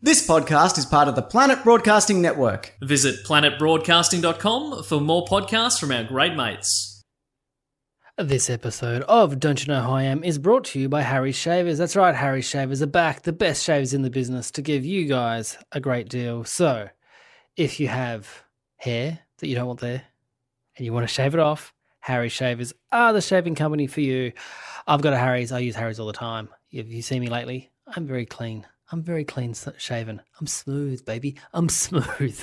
This podcast is part of the Planet Broadcasting Network. Visit planetbroadcasting.com for more podcasts from our great mates. This episode of Don't You Know Who I Am is brought to you by Harry Shavers. That's right, Harry Shavers are back, the best shavers in the business, to give you guys a great deal. So, if you have hair that you don't want there and you want to shave it off, Harry Shavers are the shaving company for you. I've got a Harry's. I use Harry's all the time. If you see me lately, I'm very clean. I'm very clean s- shaven. I'm smooth, baby. I'm smooth.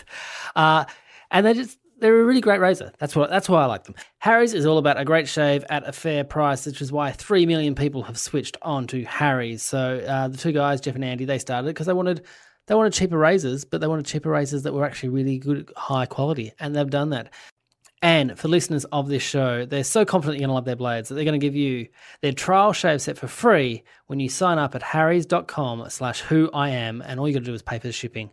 Uh, and they just they're a really great razor. That's what that's why I like them. Harry's is all about a great shave at a fair price, which is why three million people have switched on to Harry's. So uh, the two guys, Jeff and Andy, they started because they wanted they wanted cheaper razors, but they wanted cheaper razors that were actually really good, high quality, and they've done that. And for listeners of this show, they're so confident you're going to love their blades that they're going to give you their trial shave set for free when you sign up at harrys.com slash who I am. And all you got to do is pay for the shipping.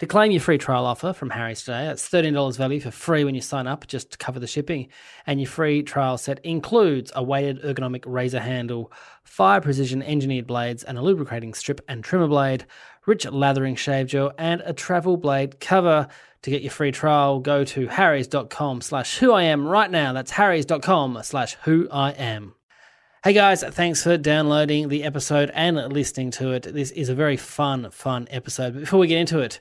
To claim your free trial offer from Harry's today, that's $13 value for free when you sign up just to cover the shipping. And your free trial set includes a weighted ergonomic razor handle, fire precision engineered blades, and a lubricating strip and trimmer blade, rich lathering shave gel, and a travel blade cover. To get your free trial, go to harrys.com slash who I am right now. That's harrys.com slash who I am. Hey guys, thanks for downloading the episode and listening to it. This is a very fun, fun episode. But before we get into it,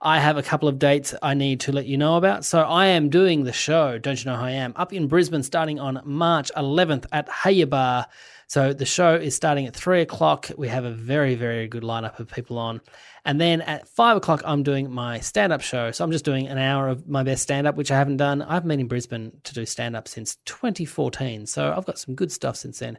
I have a couple of dates I need to let you know about. So I am doing the show, Don't You Know Who I Am, up in Brisbane starting on March 11th at Haya Bar. So the show is starting at three o'clock. We have a very, very good lineup of people on. And then at five o'clock, I'm doing my stand up show. So I'm just doing an hour of my best stand up, which I haven't done. I've been in Brisbane to do stand up since 2014. So I've got some good stuff since then.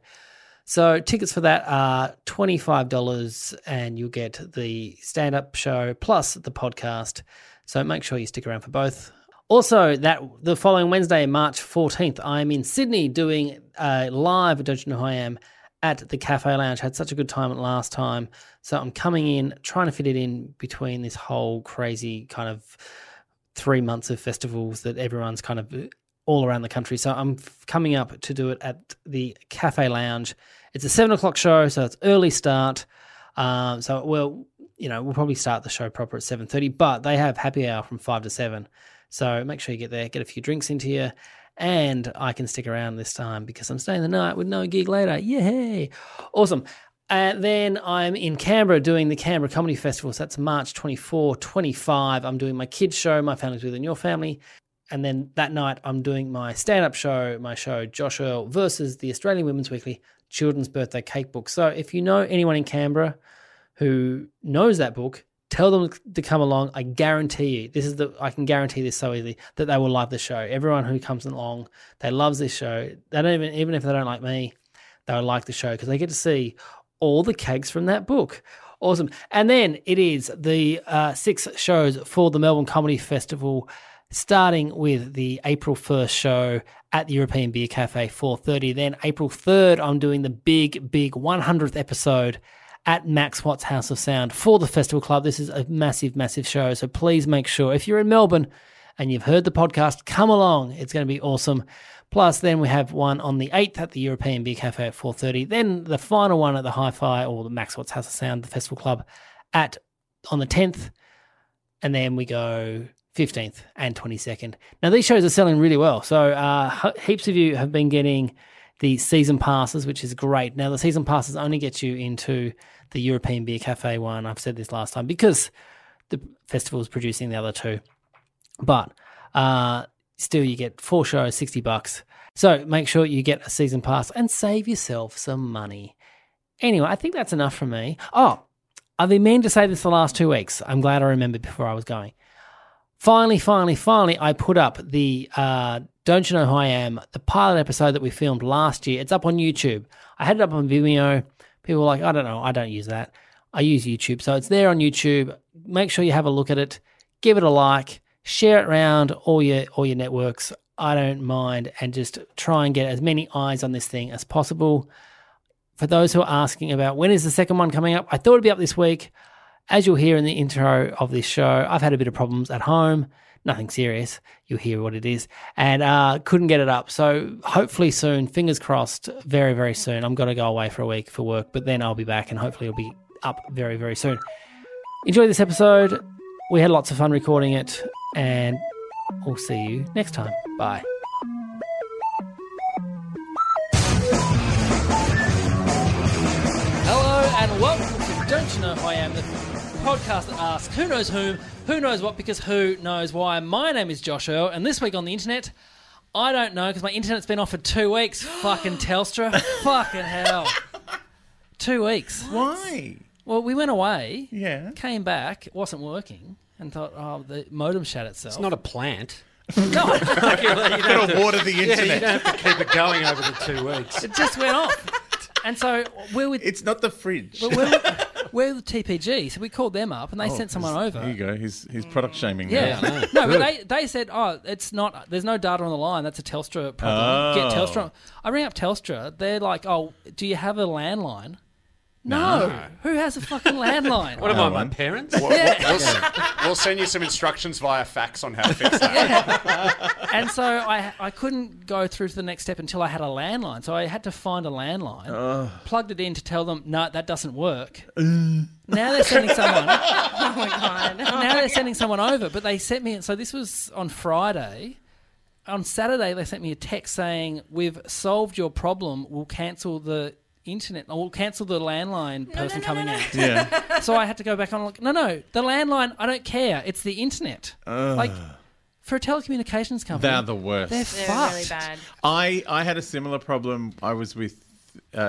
So tickets for that are $25 and you'll get the stand up show plus the podcast. So make sure you stick around for both. Also, that the following Wednesday, March 14th, I'm in Sydney doing a live Don't You Know Who I Am at the Cafe Lounge. had such a good time last time. So I'm coming in, trying to fit it in between this whole crazy kind of three months of festivals that everyone's kind of uh, all around the country. So I'm f- coming up to do it at the Cafe Lounge. It's a seven o'clock show, so it's early start. Um, so we'll, you know, we'll probably start the show proper at seven thirty, but they have happy hour from five to seven. So make sure you get there, get a few drinks into you, and I can stick around this time because I'm staying the night with no gig later. Yay! Awesome. And then I'm in Canberra doing the Canberra Comedy Festival. So that's March 24, 25. I'm doing my kids' show, My Family's Within Your Family. And then that night, I'm doing my stand up show, my show, Josh Earl versus the Australian Women's Weekly Children's Birthday Cake Book. So if you know anyone in Canberra who knows that book, tell them to come along. I guarantee you, this is the, I can guarantee this so easily that they will love the show. Everyone who comes along, they loves this show. They don't even, even if they don't like me, they'll like the show because they get to see all the cakes from that book. Awesome. And then it is the uh, six shows for the Melbourne Comedy Festival, starting with the April 1st show at the European Beer Cafe, 4.30. Then April 3rd, I'm doing the big, big 100th episode at Max Watts House of Sound for the Festival Club. This is a massive, massive show. So please make sure if you're in Melbourne and you've heard the podcast, come along. It's going to be awesome. Plus, then we have one on the 8th at the European Beer Cafe at 4.30. Then the final one at the Hi-Fi or the Max Watts House of Sound, the Festival Club, at on the 10th. And then we go 15th and 22nd. Now, these shows are selling really well. So uh, he- heaps of you have been getting the season passes, which is great. Now, the season passes only get you into the European Beer Cafe one. I've said this last time because the festival is producing the other two but uh, still you get four shows 60 bucks so make sure you get a season pass and save yourself some money anyway i think that's enough from me oh i've been meaning to say this the last two weeks i'm glad i remembered before i was going finally finally finally i put up the uh, don't you know who i am the pilot episode that we filmed last year it's up on youtube i had it up on vimeo People are like, I don't know, I don't use that. I use YouTube. So it's there on YouTube. Make sure you have a look at it, give it a like, share it around all your all your networks. I don't mind and just try and get as many eyes on this thing as possible. For those who are asking about when is the second one coming up, I thought it'd be up this week. As you'll hear in the intro of this show, I've had a bit of problems at home. Nothing serious. You'll hear what it is. And uh, couldn't get it up. So hopefully soon, fingers crossed, very, very soon. I'm going to go away for a week for work, but then I'll be back and hopefully it'll be up very, very soon. Enjoy this episode. We had lots of fun recording it, and we'll see you next time. Bye. Hello and welcome to Don't You Know Who I Am, the podcast that asks who knows whom, who knows what, because who knows why. My name is Josh Earl, and this week on the internet, I don't know because my internet's been off for two weeks. Fucking Telstra. Fucking hell. Two weeks. Why? Well, we went away, Yeah. came back, wasn't working, and thought, oh, the modem shut itself. It's not a plant. no, Gotta water the Yeah, you internet. don't have to keep it going over the two weeks. it just went off. And so we're with It's not the fridge. we're, with- we're with TPG, so we called them up and they sent someone over. Oh, There you go. He's he's product shaming. Yeah. now. no, but they, they said, oh, it's not, there's no data on the line. That's a Telstra problem. Get Oh. Telstra. I ring up Telstra. They're like, oh, do you have a landline? No. Who has a fucking landline? What am I, my one. parents? We'll, s- we'll send you some instructions via fax on how to fix that. and so I, I couldn't go through to the next step until I had a landline. So I had to find a landline, plugged it in to tell them, no, that doesn't work. now they're sending someone. oh my god! Now they're sending someone over, but they sent me. So this was on Friday. On Saturday, they sent me a text saying, "We've solved your problem. We'll cancel the." Internet, or we'll cancel the landline person coming out. Yeah. So I had to go back on. and Look, no, no, the landline. I don't care. It's the internet. Like for a telecommunications company, They're the worst. they're They're fucked. really bad. I I had a similar problem. I was with.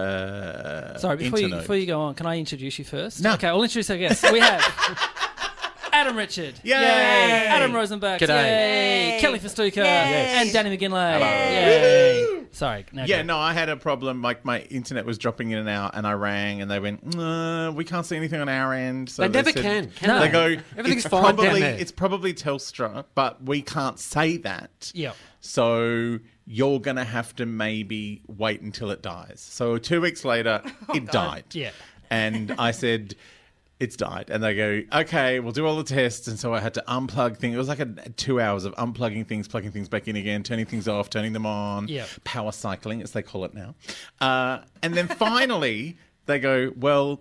Uh, Sorry, before you, Internode. before you go on, can I introduce you first? No. Okay, I'll introduce our guests. We have Adam Richard. Yay! Adam Rosenberg. G'day. Yay! Kelly Festuca. And Danny McGinley. Yay! Sorry. No, Yeah, go. no, I had a problem. Like my internet was dropping in and out, and I rang, and they went, "Nah, "We can't see anything on our end." So They never said- can, can They they? go, Everything's "It's fine down probably, there." It's probably Telstra, but we can't say that. Yep. So you're gonna have to maybe wait until it dies. So two weeks later, it died. Oh, Yeah. and I said. It's died, and they go, okay, we'll do all the tests, and so I had to unplug things. It was like a, two hours of unplugging things, plugging things back in again, turning things off, turning them on, Yeah. power cycling, as they call it now. Uh, and then finally, they go, well,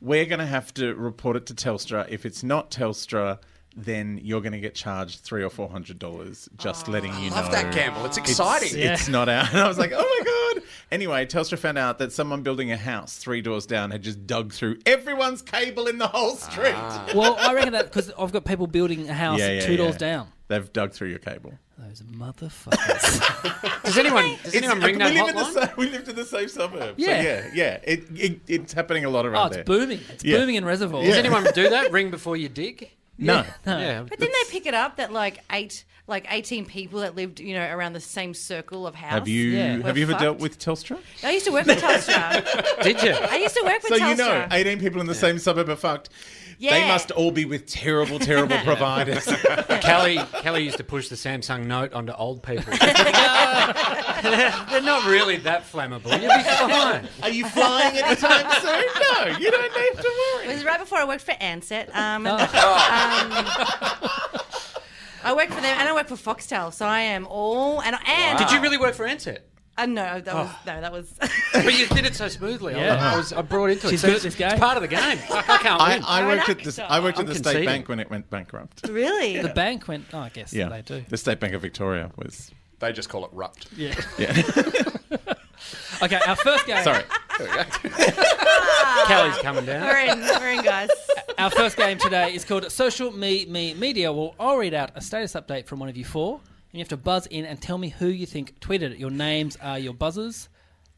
we're going to have to report it to Telstra. If it's not Telstra, then you're going to get charged three or four hundred dollars just letting you know. Love that gamble. It's It's, exciting. it's not out. And I was like, oh my God. Anyway, Telstra found out that someone building a house three doors down had just dug through everyone's cable in the whole street. Ah. Well, I reckon that because I've got people building a house two doors down. They've dug through your cable. Those motherfuckers. Does anyone, does anyone ring we, that live in the hotline? sa- we lived in the same suburb. So Yeah. yeah, yeah. It, it, it's happening a lot around oh, it's there. booming. It's Yeah. booming in reservoirs. Does anyone do that? Ring before you dig? No. Yeah. But didn't they pick it up that like eight, like eighteen people that lived, you know, around the same circle of house? Have you Yeah. have We're you ever fucked. dealt with Telstra? I used to work for Telstra. Did you? I used to work for So Telstra. you know, 18 people in the same suburb are fucked. They Yeah. must all be with terrible, terrible providers. Kelly, Kelly used to push the Samsung Note onto old people. They're not really that flammable. You'll be fine. Are you flying anytime soon? No, you don't need to worry. It was right before I worked for Ansett. Um, Oh. and, um, I worked for them, and I worked for Foxtel, so I am all and and Did you really work for Ansett? Oh. Uh, no, that was no, that was. But you did it so smoothly. I- Yeah. I, was I brought into it. She's So good at it's- this game. It's part of the game. I, I can't I, win. I worked at the I worked at I'm the state conceding. bank when it went bankrupt. Really? The bank went. Oh, I guess Yeah, they do. The state bank of Victoria was. They just call it rupt. Okay, our first game. Sorry, Kelly's coming down. We're in, we're in, guys. Our first game today is called Social Me Me Media. Well, I'll read out a status update from one of you four, and you have to buzz in and tell me who you think tweeted it. Your names are your buzzers.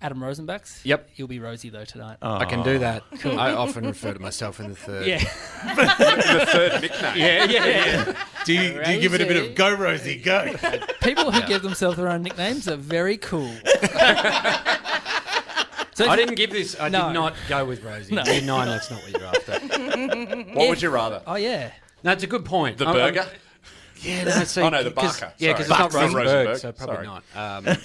Adam Rosenbach's. Yep. You'll be Rosie though tonight. I can do that. I often refer to myself in the third. Yeah. The third nickname. Yeah, yeah, yeah. do you, do you give it a bit Rosie. of go, Rosie, go? People who give themselves their own nicknames are very cool. So I didn't give this. I No. did not go with Rosie. No, nine. That's not what you're after. What would you rather? Oh yeah. No, it's a good point. Oh, The I'm- I'm- burger? Yeah, no, see, Oh, no, the 'cause- Barker. Yeah, because it's Sorry. not Barker's not Rosenberg, Rosenberg. so probably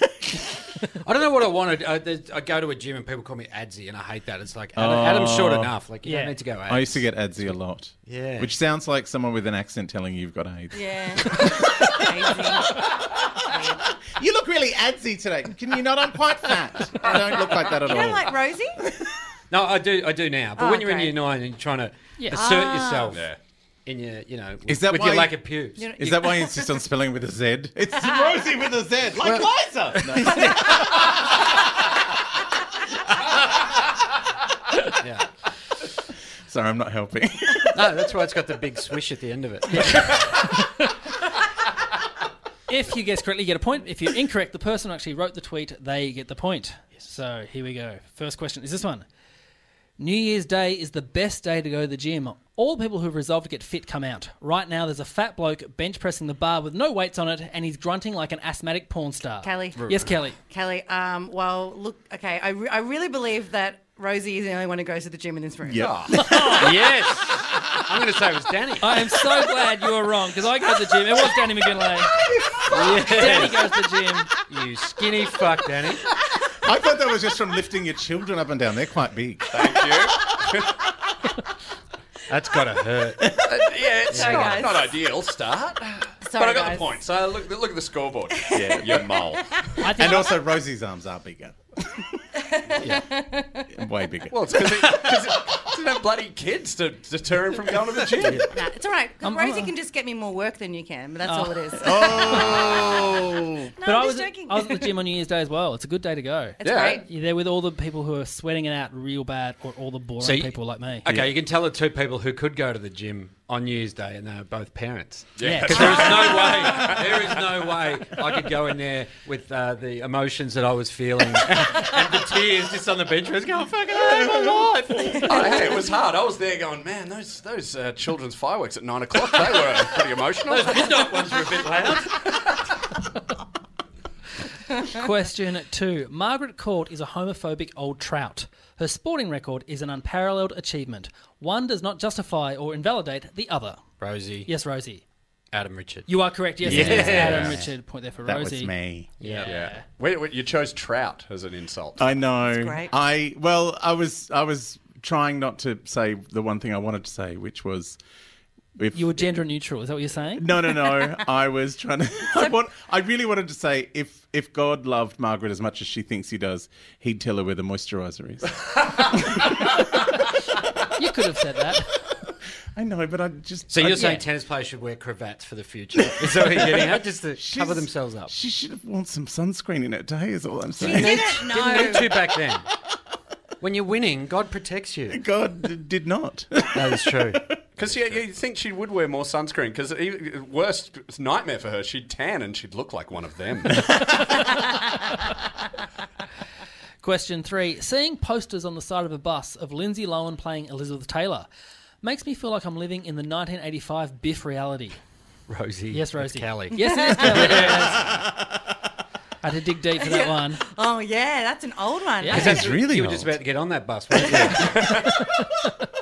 not. Sorry. Um, I don't know what I wanted. I, there's- I go to a gym and people call me Adsy, and I hate that. It's like Adam, Adam's short enough. Like you Yeah. don't need to go. Ads. I used to get adsy a lot. Yeah. Which sounds like someone with an accent telling you you've got AIDS. Yeah. Crazy. You look really adsy today. Can you not? I'm quite fat. I don't look like that at You all. don't like Rosie? No, I do. I do now. But Oh, when you're in great. year nine and you're trying to assert yourself Yeah. in your, you know, with, Is that with why your you- lack of pubes. You know- Is that why you insist on spelling with a Z? It's Rosie with a Z, like Liza. Yeah. Sorry, I'm not helping. No, that's why it's got the big swish at the end of it. If you guess correctly, you get a point. If you're incorrect, the person who actually wrote the tweet, they get the point. So here we go. First question is this one. New Year's Day is the best day to go to the gym. All people who've resolved to get fit come out. Right now, there's a fat bloke bench pressing the bar with no weights on it, and he's grunting like an asthmatic porn star. Kelly. Yes, Kelly. Kelly, um, well, look, okay, I, re- I really believe that Rosie is the only one who goes to the gym in this room. Yeah. yes. I'm going to say it was Danny. I am so glad you were wrong because I go to the gym. It was Danny McGinley. Danny goes to the gym. you skinny fuck, Danny. I thought that was just from lifting your children up and down. They're quite big. Thank you. That's got to hurt. Yeah, it's Sorry, not, guys. not ideal start. Sorry, but I got guys. the point. So look, look at the scoreboard. Yeah, you mole. I think And also, Rosie's arms are bigger. Way bigger. Well, it's because he, 'cause he doesn't have bloody kids to deter him from going to the gym. Nah, it's all right. 'cause I'm- Rosie I'm- can just get me more work than you can, but that's all it is. oh. No, But I'm I was, just joking. I was at the gym on New Year's Day as well. It's a good day to go. it's Yeah. great. You're there with all the people who are sweating it out real bad, or all the boring So you- people like me. Okay, you can tell the two people who could go to the gym on New Year's Day, and they were both parents. Yeah. Because there is no way, there is no way I could go in there with uh, the emotions that I was feeling and the tears just on the bench. I was going, "Oh, fucking hate my life. Oh, hey, it was hard. I was there going, man, those those uh, children's fireworks at nine o'clock. They were pretty emotional. Midnight ones were a bit loud. Question two Margaret Court is a homophobic old trout. Her sporting record is an unparalleled achievement. One does not justify or invalidate the other. Rosie, Yes, Rosie. Adam Richard. You are correct. Yes, it is. Adam Richard. Point there for That Rosie. was me. Yeah. Wait, wait, you chose trout as an insult. I know. great. I well, I was I was trying not to say the one thing I wanted to say, which was if You were gender neutral. Is that what you're saying? No, no, no. I was trying to. I, want, I really wanted to say if if God loved Margaret as much as she thinks he does, he'd tell her where the moisturizer is. You could have said that. I know, but I just. So I- you're saying tennis players should wear cravats for the future? Is that what you're getting at? Just to she's- cover themselves up. She should have worn some sunscreen in her day. Is all I'm You saying. didn't Didn't know. need to back then. When you're winning, God protects you. God d- did not. That is true. Because yeah, you think she would wear more sunscreen. Because worst nightmare for her, she'd tan and she'd look like one of them. Question three Seeing posters on the side of a bus of Lindsay Lohan playing Elizabeth Taylor makes me feel like I'm living in the 1985 Biff reality. Rosie. Yes, Rosie. Kelly. Yes, it is Kelly. I had to dig deep for that one. Oh, yeah, that's an old one. Yeah. I Is That's really You were just old. about to get on that bus, weren't you? think I was.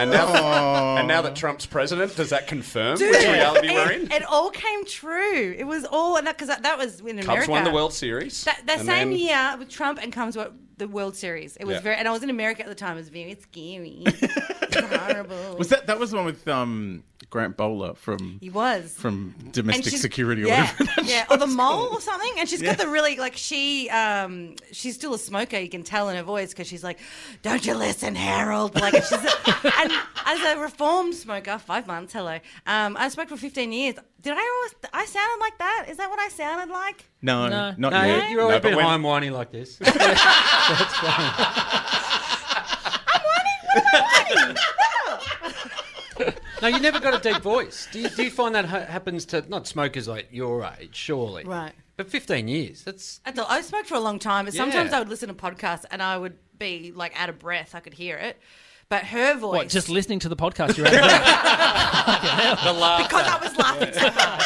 And now, Oh. and now that Trump's president, does that confirm which reality we're in? It, it all came true. It was all, and that because that, that was in America. Cubs won the World Series. That, that and same then- year with Trump and Cubs won the World Series. It was Yeah. very, and I was in America at the time. It was very scary. It was horrible. Was that that was the one with um, Grant Bowler from He was. from And domestic she's- security or yeah, whatever? yeah, or the mole or something. And she's got the really like she um she's still a smoker. You can tell in her voice because she's like, "Don't you listen, Harold?" Like she's a, and as a reformed smoker, five months. Hello, um, I smoked for fifteen years. Did I always? I sounded like that. Is that what I sounded like? No, No. not No, yet. you're always No, a but bit when- high and whiny like this. no, you never got a deep voice. Do you, do you find that ha- happens to not smokers like your age, surely? Right. But 15 years, that's. That's all. I smoked for a long time, but sometimes Yeah. I would listen to podcasts and I would be like out of breath. I could hear it, but her voice. What, just listening to the podcast you're at? because I was laughing so hard.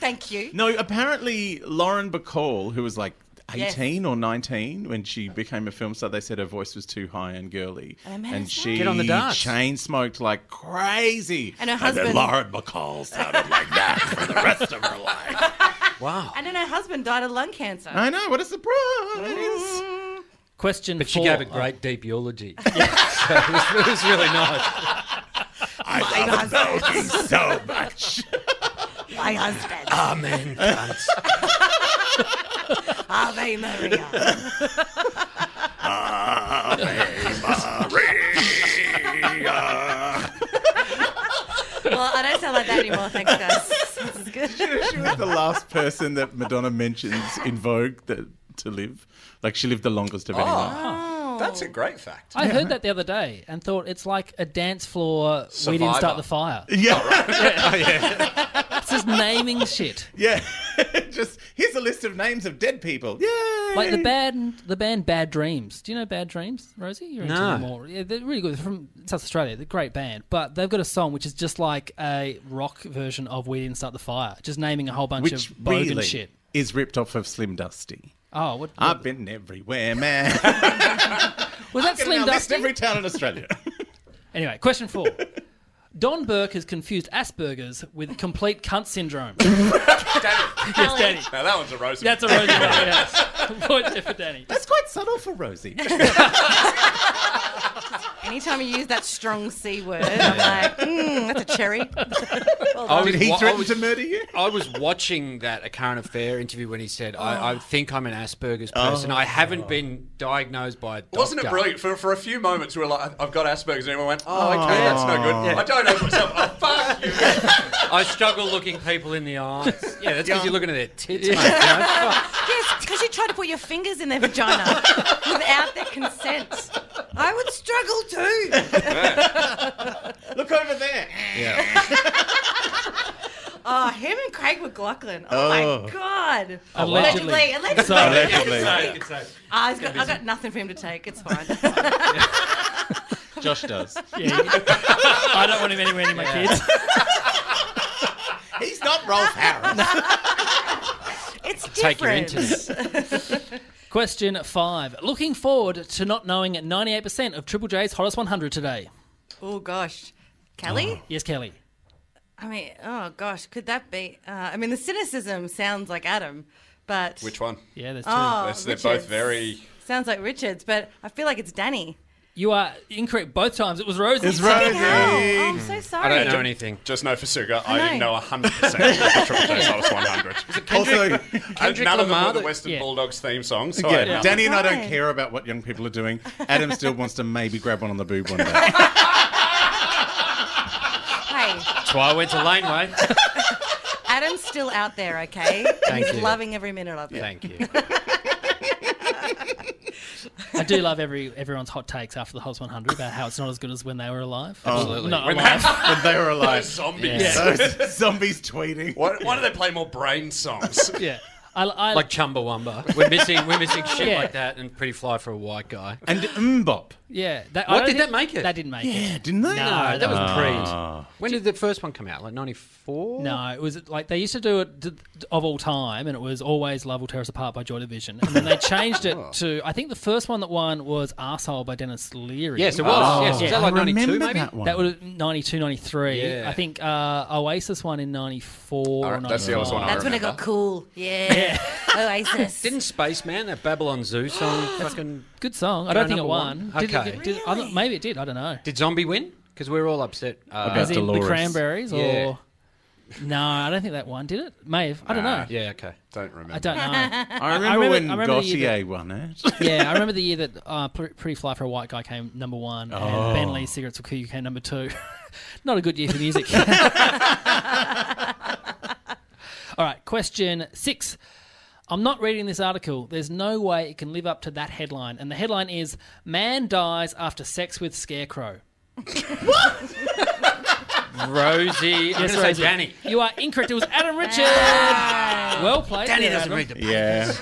Thank you. No, apparently Lauren Bacall, who was like Yes. 18 or 19 when she became a film star. They said her voice was too high and girly. And I made us she Get on the darts. chain smoked like crazy. And her then husband- Lauren McCall sounded like that for the rest of her life. Wow. And then her husband died of lung cancer. I know, what a surprise. Question But she four. gave a great deep eulogy. so it, was, it was really nice. I love Bogey so much. My husband, Amen. cunts. Ave Maria. well, I don't sound like that anymore. Thanks, guys. This is good. she was the last person that Madonna mentions in Vogue that, to live. Like she lived the longest of Ah. anyone. Oh. That's a great fact. I heard that the other day and thought it's like a dance floor. We didn't start Survivor. the fire. Yeah, Oh, yeah. It's just naming shit. yeah. Just here's a list of names of dead people. Yay! Like the band, the band Bad Dreams. Do you know Bad Dreams, Rosie? You're into No. them more. Yeah, they're really good. They're from South Australia. They're a great band, but they've got a song which is just like a rock version of "We Didn't Start the Fire," just naming a whole bunch which of bogan really Uh, shit. is ripped off of Slim Dusty. Oh, what, I've been everywhere, man. That's was that Slim Dusty? every town in Australia. Anyway, question four. Don Burke has confused Asperger's with complete cunt syndrome. yes, Danny. Now that one's a rose. That's a Rosie Roadhouse. Point there for Danny. That's quite subtle for Rosie. Anytime you use that strong C word, I'm like, mm, that's a cherry. I was, Did he wa- I threaten was- to murder you? I was watching that A Current Affair interview when he said, I, I think I'm an Asperger's Oh. person. I haven't been diagnosed by a doctor. Wasn't it brilliant? For, for a few moments, we were like, I've got Asperger's. And everyone went, oh, okay, that's no good. I don't know myself. Oh, fuck you. I struggle looking people in the eyes. Yeah, that's because you're looking at their tits, mate. you know? Fuck. Yes, because you try to put your fingers in their vagina without their consent. I would struggle too. Look over there. Oh, him and Craig McLaughlin. Oh, Oh. my God. Allegedly. Allegedly. Allegedly. Allegedly. I've got, I've got nothing for him to take. It's fine. Josh does. I don't want him anywhere near my kids. He's not Rolf Harris. It's different. Take your internet. Question five. Looking forward to not knowing 98% of Triple J's Hottest 100 today. Oh, gosh. Kelly? Yes, Kelly. I mean, oh, gosh. Could that be? Uh, I mean, the cynicism sounds like Adam, but. Which one? Yeah, that's Oh, That's- they're both Richards. very- Sounds like Richards, but I feel like it's Danny. true. You are incorrect both times. It was Rosie. It's Rosie. Hell, oh, I'm so I sorry. don't know anything. Just know for Suga, I, know. didn't know 100% of the Triple J's Hottest 100. Also, And none of them Lamar were the that- Western yeah. Bulldogs theme song. So I yeah, had nothing. Danny and I don't Why? care about what young people are doing. Adam still wants to maybe grab one on the boob one day. Hey, That's why I went to Laneway. Adam's still out there, okay? Thank He's you. loving every minute of it. Thank you. I do love every everyone's hot takes after the Hottest 100 about how it's not as good as when they were alive. Oh. Absolutely. Not When alive. But they were Those alive. Zombies. Those zombies tweeting. Why, why do they play more brain songs? yeah. I, I, Like Chumbawamba. We're missing, we're missing shit Yeah. like that and Pretty Fly for a White Guy. And Mbop. yeah. That, I What, don't did think- that make it? That didn't make it. Yeah, didn't they? No, No, that was pre. When did the first one come out? Like 94? No, it was like they used to do it d- d- of all time, and it was always "Love Will Tear Us Apart" by Joy Division, and then they changed it Oh. to I think the first one that won was "Asshole" by Dennis Leary. Yes, it Oh. was. Yes, was Yeah. that like I 92 remember maybe? that one. That was 92, 93. Yeah. I think uh, Oasis won in 94. All or right, that's the other one I 95. That's when it got remember. cool. Yeah. Oasis. Didn't Spaceman, that Babylon Zoo song, fucking. Good song. I don't think it number won. one. Did it, Okay. get- did- I don't- maybe it did. I don't know. Did Zombie win? Because we were all upset. Uh, About As in the Dolores. Cranberries Yeah. or. No, I don't think that one did it. May have. I don't know. yeah, okay. Don't remember. I don't know. I remember, remember- when I remember the year Gautier won it. Yeah, I remember the year that uh, Pr- Pretty Fly for a White Guy came number one, Oh. and Ben Lee's Cigarettes Will Kill You came number two. Not a good year for music. All right, question six. I'm not reading this article. There's no way it can live up to that headline. And the headline is Man Dies After Sex with Scarecrow. Rosie. I'm going to say Rosie. Danny. You are incorrect. It was Adam Richard. Ah. well played. Danny there, doesn't read Adam. the. yeah.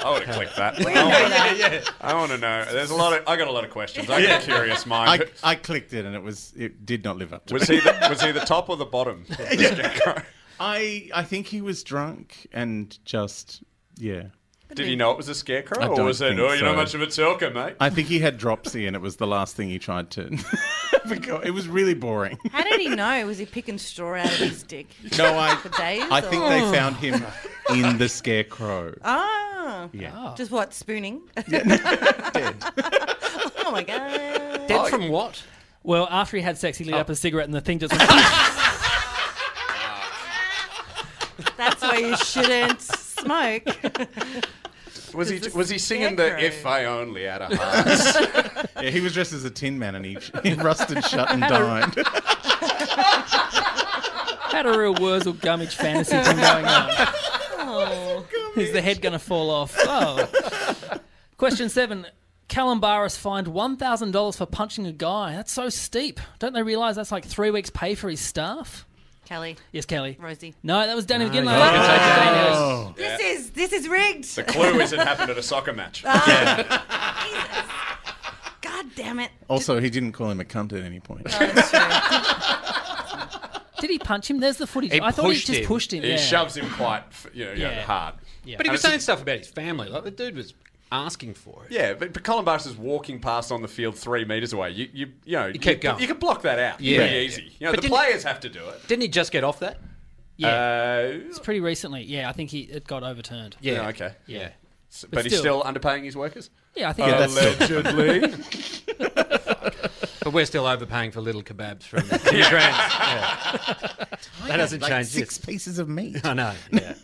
I would have clicked that. I wanna- I want to know. There's a lot of. I got a lot of questions. I got a curious mind. I, I clicked it and it was it did not live up to was it. he the, was he the top or the bottom? of the scarecrow? I I think he was drunk and just Yeah. Did he know it was a scarecrow, I or don't was it? think Oh, you're so. not much of a talker, mate. I think he had dropsy, and it was the last thing he tried to. because it was really boring. How did he know? Was he picking straw out of his dick? No, I. For days? I think or- they found him in the scarecrow. Ah. Yeah. Just what? Spooning? oh my God. Dead from what? Well, after he had sex, he lit Oh. up a cigarette, and the thing just went, That's why you shouldn't smoke. Was he It's a was he singing the scarecrow. "If I Only Had a Heart"? Yeah, he was dressed as a tin man, and he, he rusted shut and died. had a real Wurzel Gummidge fantasy thing going on. Is the head going to fall off? Oh. Question seven. Callum Barris fined $1,000 for punching a guy. That's so steep. Don't they realise that's like three weeks' pay for his staff? Kelly, Yes, Kelly. Rosie. No, that was Danny McGinley. Oh. This is this is rigged. the clue is it happened at a soccer match. God damn it. Also, he didn't call him a cunt at any point. Did he punch him? There's the footage. He I thought he pushed just him. pushed him. He yeah. shoves him quite, f- you know, you know, Yeah. hard. But he And was it's saying stuff about his family. Like the dude was asking for it. Yeah, but, but Colin Barnes is walking past on the field three meters away. You, you, you know, you, kept going. you can block that out. Yeah. pretty Yeah. easy. You know, But the didn't- players have to do it. Didn't he just get off that? Yeah. Uh, it's pretty recently. Yeah, I think he it got overturned. yeah. okay. Yeah. S- But, he's still- still underpaying his workers. Yeah, I think Yeah, it- that's Allegedly. But we're still overpaying for little kebabs from Timmy Grant's. Yeah. That hasn't like changed. six pieces of meat. I know. Yeah.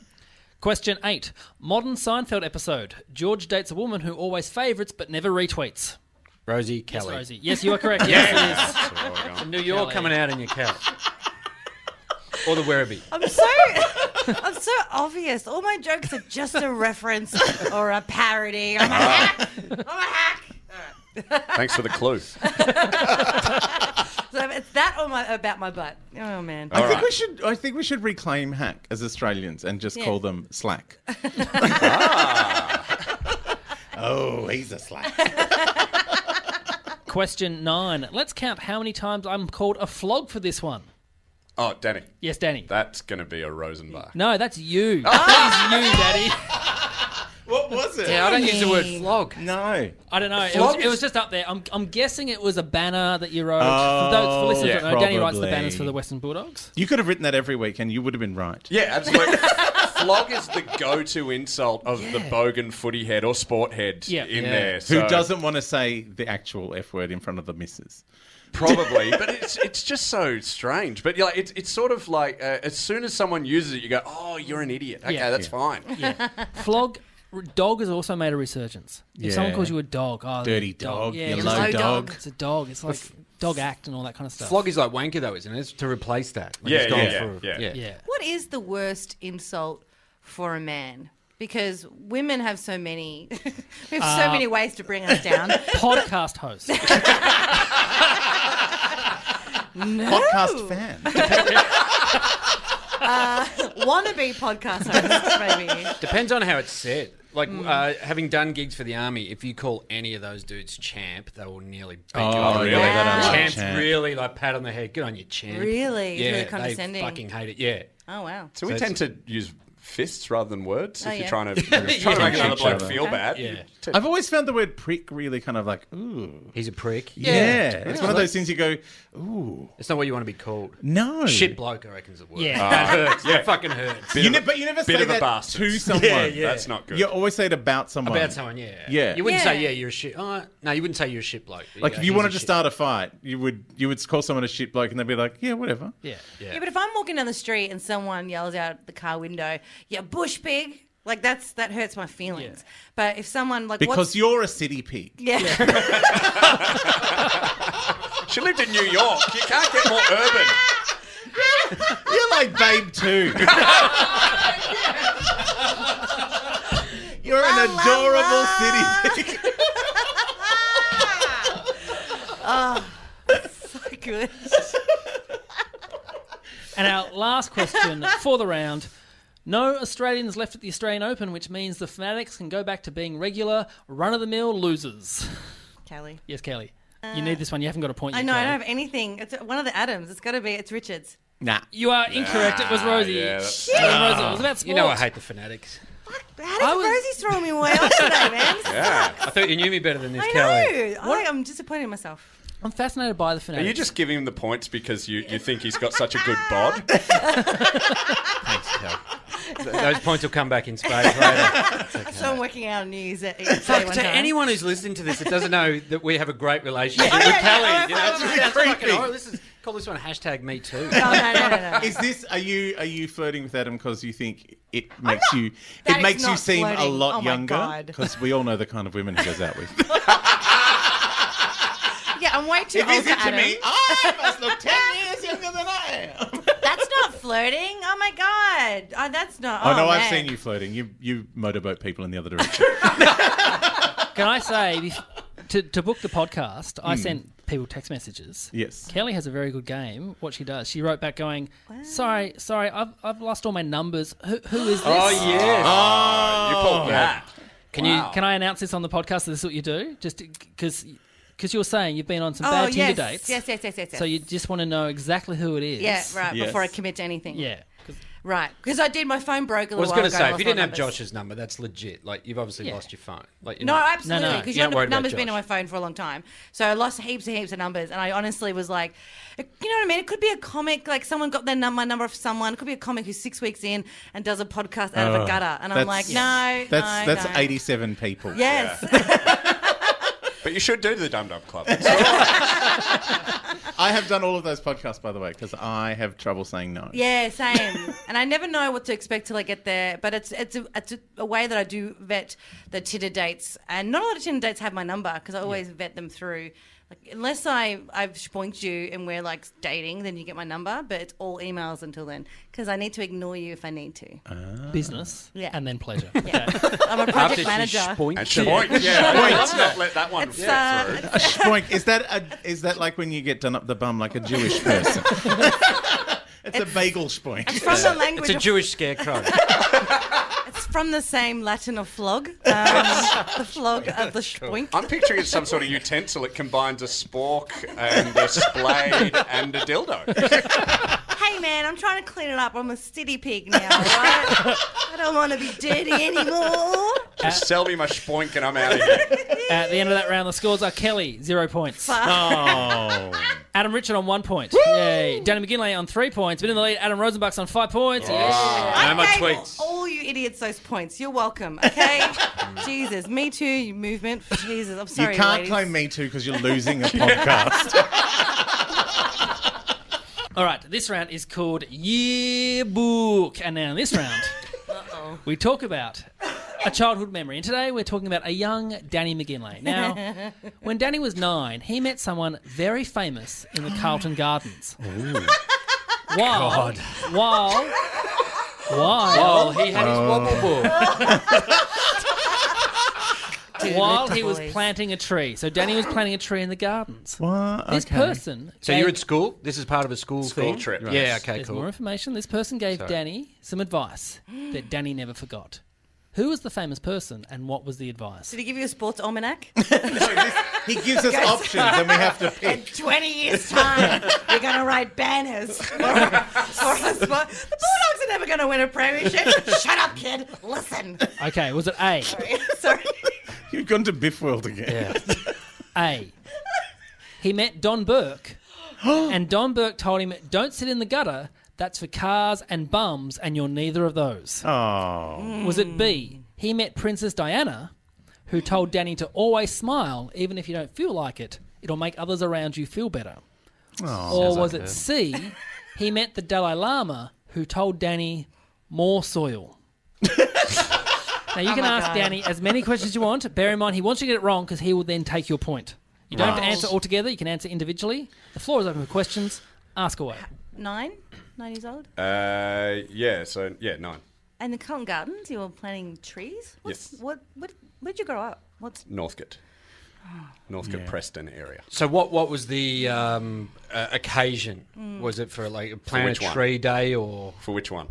Question eight. Modern Seinfeld episode. George dates a woman who always favourites but never retweets. Rosie Yes, Kelly. Rosie. Yes, you are correct. yes, it is. From New York Kelly. coming out in your couch. or the Werribee. I'm so I'm so obvious. All my jokes are just a reference or a parody. I'm a hack. I'm a hack. Thanks for the clue. So it's that or my about my butt. Oh man. I think right. we should. I think we should reclaim hack as Australians and just Yeah. call them slack. oh, he's a slack. Question nine. Let's count how many times I'm called a flog for this one. Oh, Danny, Yes, Danny. that's going to be a Rosenbach. no, that's you. that is you, Daddy. What was it? Ah! Yeah, I don't use the word flog. No. I don't know. It Flog was, is- it was just up there. I'm, I'm guessing it was a banner that you wrote. Oh, for those for listeners yeah, who don't know, Danny writes the probably. banners for the Western Bulldogs. You could have written that every week, and you would have been right. Yeah, absolutely. Flog is the go-to insult of the bogan footy head or sport head Yeah. in Yeah. there. Who so- doesn't want to say the actual f word in front of the missus? Probably, but it's it's just so strange. But you're like, it's it's sort of like uh, as soon as someone uses it, you go, "Oh, you're an idiot." Okay, Yeah. that's fine. Yeah. flog. r- Dog has also made a resurgence. If someone Yeah. calls you a dog, oh, Dirty dog, yeah, you it's low like- dog. It's a dog. It's like dog act and all that kind of stuff. Flog is like wanker though, isn't it? It's to replace that. Like, Yeah, it's gone yeah, yeah, for- yeah. Yeah. What is the worst insult for a man? Because women have so many, we have Uh, so many ways to bring us down. Podcast host. Podcast fan. Wannabe podcast hosts, maybe. Depends on how it's said. Like Mm. uh, having done gigs for the army, if you call any of those dudes champ, they will nearly beat you. up. Oh, really? They don't like Champ's champ. really like pat on the head. Good on you, champ. Really? It's Yeah, really condescending. They fucking hate it. Yeah. Oh wow. So we tend to use fists rather than words Oh, if yeah. you're trying to trying to make another Each bloke other. feel bad. Yeah. I've always found the word prick really kind of like ooh. He's a prick. Yeah, it's one of those things you go, ooh, It's not what you want to be called. no, Shit bloke, I reckon's the word. Yeah. That hurts. That fucking hurts. You ne- but you never bit say of a that bastard. to someone. Yeah, yeah. That's not good. You always say it about someone. About someone, yeah. Yeah. You wouldn't Yeah. say, yeah, you're a shit. Oh, no, you wouldn't say you're a shit bloke. Like go, if you "He's a wanted to shit start a fight, you would you would call someone a shit bloke, and they'd be like, yeah, whatever. Yeah. Yeah, but if I'm walking down the street and someone yells out the car window, "You bush pig," like that's that hurts my feelings. But if someone like Because what's, you're a city pig. yeah, She lived in New York. You can't get more urban. You're like Babe too. you're an La, la, adorable la. city pig. Ah. good. And our last question for the round. No Australians left at the Australian Open, which means the Fanatics can go back to being regular, run of the mill losers. Kelly. Yes, Kelly. you need this one. You haven't got a point yet. Uh, I know I Kelly. don't have anything. It's one of the Adams. It's got to be. It's Richards. Nah. You are incorrect. It was Rosie. yeah, Shit. It that's- was Rosie. It was about You know I sport. hate the fanatics. How did Rosie's throw me away off today, man? Yeah. I thought you knew me better than this, I Kelly. know. I, I'm disappointed in myself. I'm fascinated by the Are finale. you just giving him the points because you, you think he's got such a good bod? Th- Those points will come back in space later. So I'm working out a new user. Fuck, to anyone who's listening to this that doesn't know that we have a great relationship Yeah, with yeah, Kelly, yeah. you know, it's Oh, really that's fucking creepy. horrible. This is call this one hashtag Me Too. No, Oh, no, no, no, no. Is this are you are you flirting with Adam because you think it makes you it That is makes you not seem a flirting. lot Oh my younger? God. Because we all know the kind of women he goes out with. Yeah, I'm way too if old he's for into Adam. me, I must look ten years younger than I Oh, am. That's not flirting. Oh my god. Oh, that's not. Oh, no, man. I've seen you flirting. You you motorboat people in the other direction. Can I say, bef- to, to book the podcast, Hmm. I sent people text messages. yes. Kelly has a very good game. What she does, she wrote back going, "Sorry, sorry, I've, I've lost all my numbers. Who, who is this? Oh yes. You pulled that. Can you can I announce this on the podcast? That this is what you do, just because because you were saying you've been on some Oh bad yes. Tinder dates. yes, yes, yes, yes, yes. So you just want to know exactly who it is. Yeah, right. Yes. Before I commit to anything. Yeah. 'Cause- Right, because I did. My phone broke a I little was while going to ago say, and if I you didn't have lost my numbers. Josh's number, that's legit. Like you've obviously Yeah. lost your phone. Like you're No, not- absolutely, no. because You're not your worried about number's been on my Josh. phone for a long time. So I lost heaps and heaps of numbers, and I honestly was like, you know what I mean? It could be a comic, like someone got their number, my number off someone. It could be a comic who's six weeks in and does a podcast out of a Oh, gutter, and that's- I'm like, no, That's no, that's no. eighty seven people. Yes, But you should do the Dum Dum Club. I have done all of those podcasts by the way because I have trouble saying no. Yeah, same. and I never know what to expect till I get there. But it's it's a, it's a, a way that I do vet the Tinder dates, and not a lot of Tinder dates have my number because I always vet them through. Like unless I I've spoinked you and we're like dating, then you get my number. But it's all emails until then because I need to ignore you if I need to. business Yeah. and then pleasure. Yeah. Okay. I'm a After project she manager. spoinked And you. Shaboink, yeah, let's not let that one It's, slip uh, through. Boink. Is that a, is that like when you get done up the bum like a Jewish person? it's, a bagel spoink. From the It's language, a of, Jewish scarecrow. it's from the same Latin of flog, um, the flog of the spoink. I'm picturing it's some sort of utensil. It combines a spork and a splade and a dildo. Hey man, I'm trying to clean it up. I'm a city pig now. Right? I don't want to be dirty anymore. Just sell me my spoink and I'm out of here. At the end of that round, the scores are Kelly zero points, Oh, Adam Richard on one point, yay, Danny McGinley on three points, but in the lead, Adam Rosenbach's on five points. I No more gave tweets. all you idiots those points. You're welcome. Okay. Jesus, me too. You movement. Jesus, I'm you sorry. can't ladies. claim me too because you're losing a podcast. All right, this round is called Yearbook. And now in this round, we talk about a childhood memory. And today we're talking about a young Danny McGinley. Now, when Danny was nine, he met someone very famous in the Carlton Gardens. While, while, while, Oh, he had his wobble ball. while he was boys. planting a tree. So Danny was planting a tree in the gardens. What? This Okay. person. So you're gave- at school. This is part of a school School thing? trip. Yeah. Right. Okay. There's Cool. more information. This person gave Danny some advice that Danny never forgot. Who was the famous person and what was the advice? Did he give you a sports almanac? He gives us options and we have to In pick. 20 years' time, you're going to write banners for, for a sport. The Bulldogs are never going to win a premiership. Shut up, kid. Listen. Okay, was it A? Sorry. You've gone to Biff World again. A. He met Don Burke and Don Burke told him, Don't sit in the gutter, that's for cars and bums, and you're neither of those. Oh, Was it B? He met Princess Diana, who told Danny to always smile, even if you don't feel like it. It'll make others around you feel better. Oh, or was it C? He met the Dalai Lama, who told Danny, more soil. now, you Oh can ask Danny as many questions as you want. Bear in mind, he wants you to get it wrong because he will then take your point. You don't have to answer altogether, you can answer individually. The floor is open for questions. Ask away. Nine? Nine years old? Uh, yeah, so, yeah, nine. And the Carlton Gardens, you were planting trees. What's, Yes. What? What? Where'd you grow up? What's? Northcote. Northcote Preston area. So what? What was the um, uh, occasion? Was it for like a planet which one? tree day or? For which one?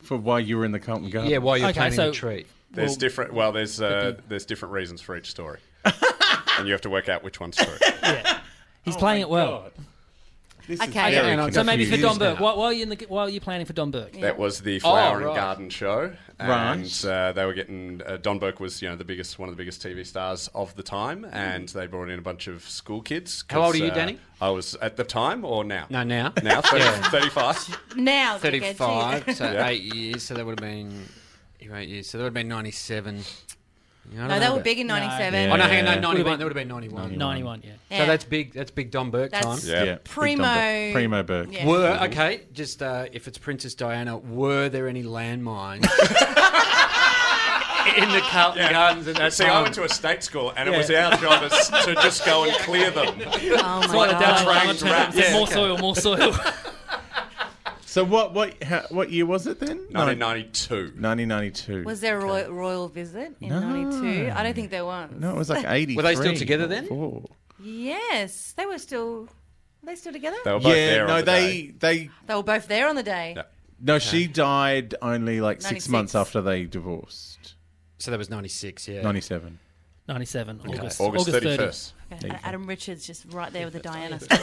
for why you were in the Carlton Garden? Yeah, while you're Okay, planting so- a tree. There's different. Well, there's uh, there's different reasons for each story, and you have to work out which one's true. He's playing it well. This okay. is Oh very Okay, so maybe for Don confused Burke. now. While, while, you in the, while you're planning for Don Burke. That was the Oh, Flower right. and Garden show, and Right. uh, they were getting uh, Don Burke was you know the biggest one of the biggest TV stars of the time, and they brought in a bunch of school kids. 'cause, Mm. How old are you, uh, Danny? I was at the time or now? No, now. now 30, 35. Now, dickhead, Thirty-five, Jesus. so Yeah. eight years. So that would have been you know, eight years. So that would have been ninety-seven. Yeah, I don't No, know, they were but- big in '97. Oh no, hang on, Yeah. no, ninety-one. That would have been ninety-one. 91, yeah. Yeah. So that's big. That's big Don Burke That's- time. Yeah. Yeah, big Primo- Don Burke. Primo Burke. Yeah. Were okay. Just uh, if it's Princess Diana, were there any landmines in the Carlton Gardens at that See, time? I went to a state school, and it was our job is to just go and clear them. Oh my Like the god. Dalai Lama turned up and said, Yeah, more okay. soil, more soil. So what? What? How, what year was it then? 1992. 1992. Was there a royal, royal visit in No. '92? I don't think there was. No, it was like 80. Were they still together then? Yes, they were still. Were they still together? They were both Yeah, there. on no, the they day. they They were both there on the day. Yeah. no. She died only like six 96. months after they divorced. So that was ninety-six. Yeah. 97. 97, August. August 31st. Okay, Adam Richards just right there with the Diana stuff.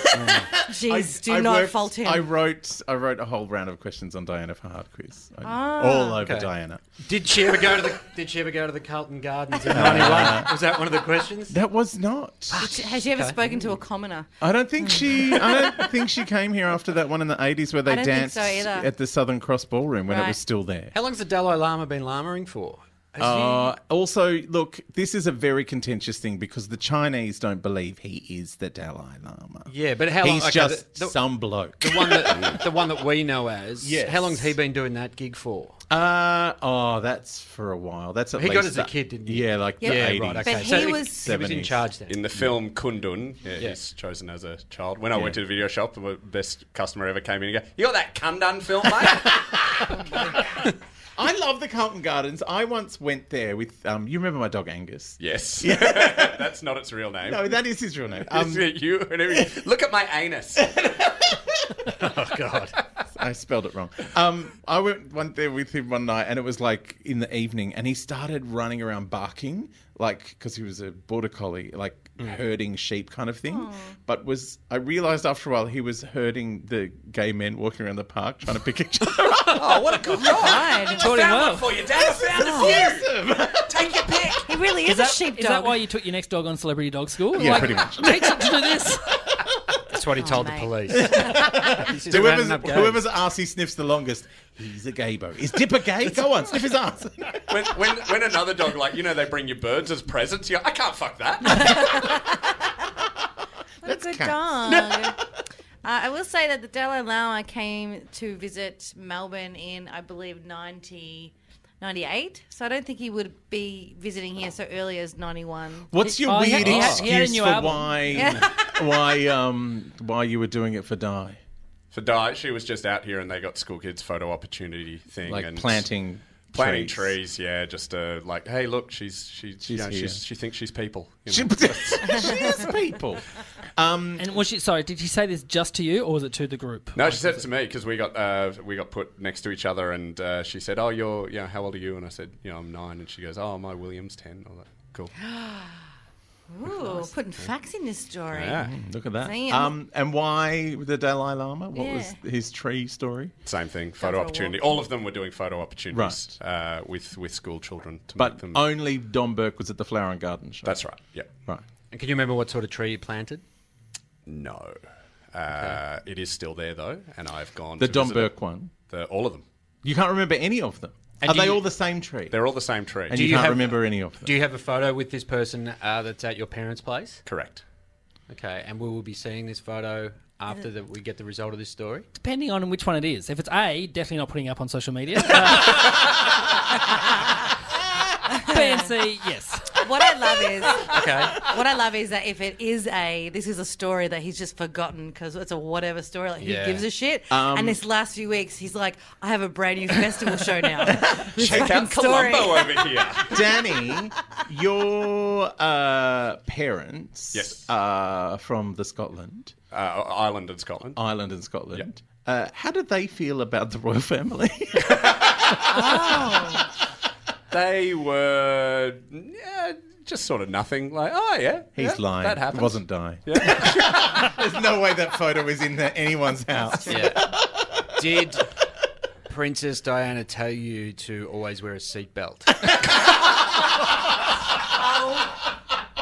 Jeez, do I not worked- fault him. I wrote I wrote a whole round of questions on Diana for hard quiz. I- Ah. all over Okay. Diana. Did she ever go to the Did she ever go to the Carlton Gardens in Uh, '91? Was that one of the questions? That was not. Has she ever spoken to a commoner? I don't think she. I don't think she came here after that one in the eighties where they don't think danced so either. at the Southern Cross Ballroom when it Right. was still there. How long's the Dalai Lama been lamering for? Has he- Uh, also, look, this is a very contentious thing because the Chinese don't believe he is the Dalai Lama. Yeah, but how long- He's okay, just the- the- some bloke. the one that the one that we know as. Yes. How long's he been doing that gig for? Uh, oh, that's for a while. That's at He got least as a the- kid, didn't he? Yeah, like Yeah, the Yeah, eighties. right, okay. But he was- he was in 70s. charge then. In the film Kundun, yeah, Yeah. he's chosen as a child. When I went to the video shop, the best customer ever came in and go, You got that Kundun film, mate? I love the Carlton Gardens. I once went there with um. You remember my dog Angus? yes. That's not its real name. No, that is his real name. It's Um, you and everything. Look at my anus. "Oh, I spelled it wrong. Um, I went one there with him one night, and it was like in the evening, and he started running around barking, like because he was a border collie, like Mm. herding sheep kind of thing. But was I realised after a while he was herding the gay men walking around the park trying to pick each other up. oh, what a good God. Taught him well. for you, Dad. I found it for you. Take your pick. He really is, Is that, a sheepdog. is that why you took your next dog on Celebrity Dog School? Yeah, pretty much. Teach it to do this. That's what he told the mate. police. He's just Whoever's, rounding up gays. whoever's arse he sniffs the longest, he's a gaybo. Is Dipper gay? Go on, sniff his arse. When, when, when another dog, like, you know, they bring you birds as presents, you go, I can't fuck that. What a good dog. uh, I will say that the Dalai Lama came to visit Melbourne in, I believe, 90, 98. So I don't think he would be visiting here so early as 91. What's your Oh, he weird had- he had- he had a excuse new for album. why why um why you were doing it for die? For Di, she was just out here and they got school kids photo opportunity thing. Like and planting planting trees. yeah. Just uh, like, hey, look, she's she she's, you know, here. she's she thinks she's people. you She, know. she is people. And was she, sorry, did he say this just to you or was it to the group? no, she said it to me because we got uh, we got put next to each other, and uh, she said, "Oh, you're you know how old are you?" And I said, "You know, I'm nine. And she goes, "Oh, my William's 10. I'm like, cool. Ooh, putting facts in this story. Yeah, Look at that. Damn. Um, and why the Dalai Lama? What was Yeah. his tree story? same thing. for Photo a opportunity. walk. All of them were doing photo opportunities uh, with with school children to make But them. only Don Burke was at the Flower and Garden show. that's right. Yeah. right. And can you remember what sort of tree you planted? No. Uh, It is still there though, and I've gone The to Don visit it. Burke one. The, all of them. You can't remember any of them. And Are do they you- all the same tree? They're all the same tree. and you, you can't have- remember any of them. Do you have a photo with this person uh, that's at your parents' place? Correct. Okay, and we will be seeing this photo after that we get the result of this story. Depending on which one it is. If it's A, definitely not putting up on social media. Uh, B and C, yes. What I love is Okay, what I love is that if it is a this is a story that he's just forgotten because it's a whatever story like Yeah. Um, he gives a shit. and this last few weeks he's like, I have a brand new festival show now. This Check fucking out Colombo over here. Danny, your uh, parents Yes. are from the Scotland, Uh, Ireland and Scotland. Ireland and Scotland. Uh, how did they feel about the royal family? They were yeah, Just sort of nothing. Like, oh yeah, He's yeah, lying. That happened. It wasn't Di. There's no way that photo is in anyone's house. Did Princess Diana tell you to always wear a seatbelt?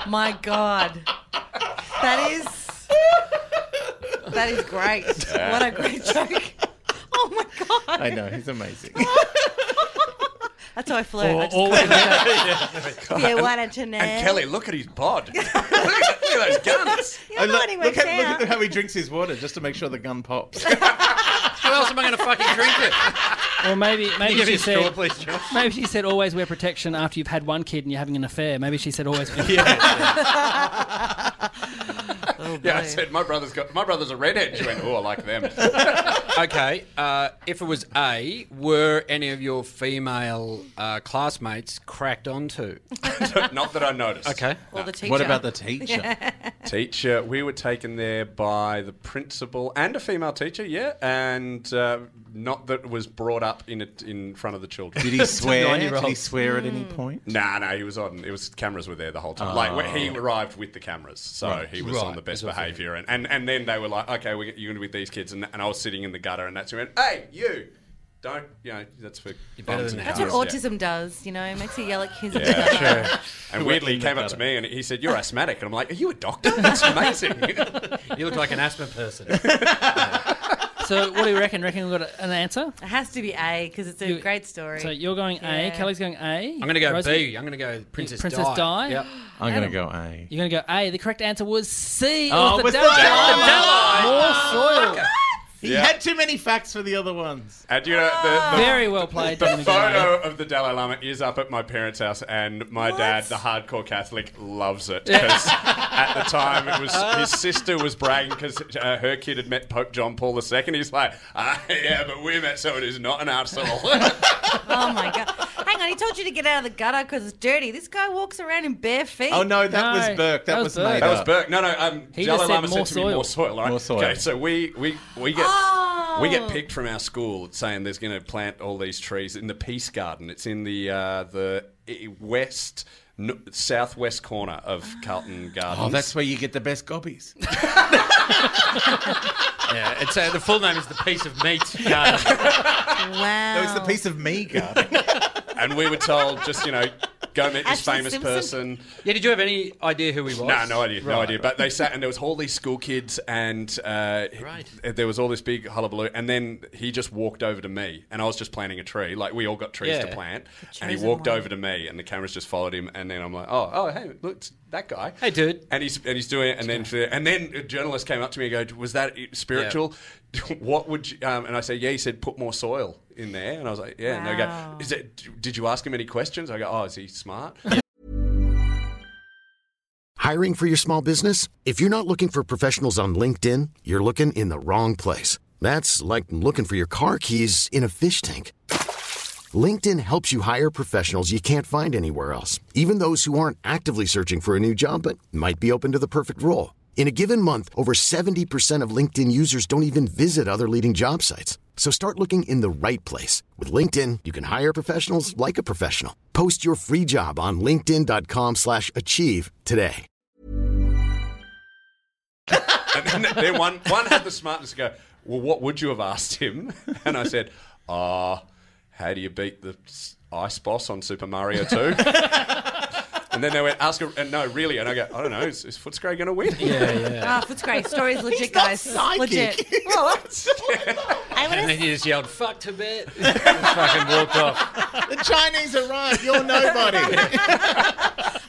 My God. That is. That is great. What a great joke. Oh my God. I know he's amazing. That's how I flew. Or- I just or- couldn't do that. oh, God. Yeah, why don't you know? And Kelly, look at his bod. look, at, look at those guns. I lo- one he look, works at, look out. at how he drinks his water just to make sure the gun pops. How else am I going to fucking drink it? Or maybe Can you maybe give me she a straw, said please, Josh? maybe she said always wear protection after you've had one kid and you're having an affair. Maybe she said always. Wear Oh, yeah, I said my brother's got my brother's a redhead. She went, oh, I like them. okay, uh, if it was A, were any of your female uh, classmates cracked onto? Not that I noticed. Okay. Or the teacher. what about the teacher? Teacher, we were taken there by the principal and a female teacher. Yeah, and uh, not that it was brought up in it in front of the children. Did he swear? Did he swear at any point? Nah, nah, he was on. It was cameras were there the whole time. Like when Oh. he arrived with the cameras, so he was on the best behaviour. And, and and then they were like, okay, we're, you're going to be with these kids, and, and I was sitting in the gutter, and that's who went, hey, you, don't, you know, that's for better bums than and That's cowards." what Yeah. autism does, you know? It makes you yell at kids. Yeah, at each other. And weirdly, he came up to me and he said, "You're asthmatic," and I'm like, "Are you a doctor? That's amazing." You look like an asthma person. protection. so what do you reckon? Reckon we've got a- an answer. It has to be A because it's a You- great story. So you're going A. Yeah. Kelly's going A. I'm going to go B. I'm going to go Princess, Princess Di. Di? Yep. I'm going to go A. You're going to go A. The correct answer was C. It Oh, was it was the the Dalai. More soil. He Yeah. had too many facts for the other ones. and you know, uh, the, Oh, the, Very well played. the Donovan Gallagher. photo of the Dalai Lama is up at my parents' house, and my dad, the hardcore Catholic, loves it because at the time it was his sister was bragging because uh, her kid had met Pope John Paul II. He's like, ah, "Yeah, but we met someone who's not an arsehole. Oh my god! Hang on, he told you to get out of the gutter because it's dirty. This guy walks around in bare feet. Oh no, that No, was Burke. That, that was was, Burke. made That was up. Burke. No, no. Um, He Dalai just said Lama more said to me soil. more soil. Right? More soil. Okay, so we we we get Oh. we get picked from our school saying there's going to plant all these trees in the Peace Garden. It's in the uh, the eh, west. No, southwest corner of Carlton Gardens. Oh, that's where you get the best gobbies. Yeah, it's, uh, the full name is the piece of meat. Um, Garden. Wow. That was the piece of me garden. and we were told just you know go meet this Ashley famous Simpson? person. yeah, did you have any idea who he was? No, no idea, no idea. But they sat and there was all these school kids, and uh, Right. h- there was all this big hullabaloo. And then he just walked over to me, and I was just planting a tree. Like we all got trees to Yeah. plant, The and he chosen walked one. over to me, and the cameras just followed him. And then I'm like, oh, oh, hey, look, it's that guy. Hey, dude. And he's and he's doing it, and then and then a journalist came up to me and go, was that spiritual? what would you, um, and I said, yeah. He said, put more soil in there, and I was like, yeah. And they Wow. go, is it? Did you ask him any questions? I go, oh, is he smart? Hiring for your small business? If you're not looking for professionals on LinkedIn, you're looking in the wrong place. That's like looking for your car keys in a fish tank. LinkedIn helps you hire professionals you can't find anywhere else, even those who aren't actively searching for a new job but might be open to the perfect role. In a given month, over 70% of LinkedIn users don't even visit other leading job sites. So start looking in the right place. With LinkedIn, you can hire professionals like a professional. Post your free job on linkedin.com/achieve slash achieve today. And then then one, one had the smartness to go, Well, what would you have asked him? And I said, Ah, how do you beat the s- ice boss on Super Mario 2? and then they went, Ask her, and no, really. And I go, I don't know, is, is Footscray going to win? Yeah, yeah. Ah, Footscray. Story's legit, guys. Legit. Well, I And would then you just yelled, fuck Tibet. and fucking walked off. the Chinese arrived. You're nobody.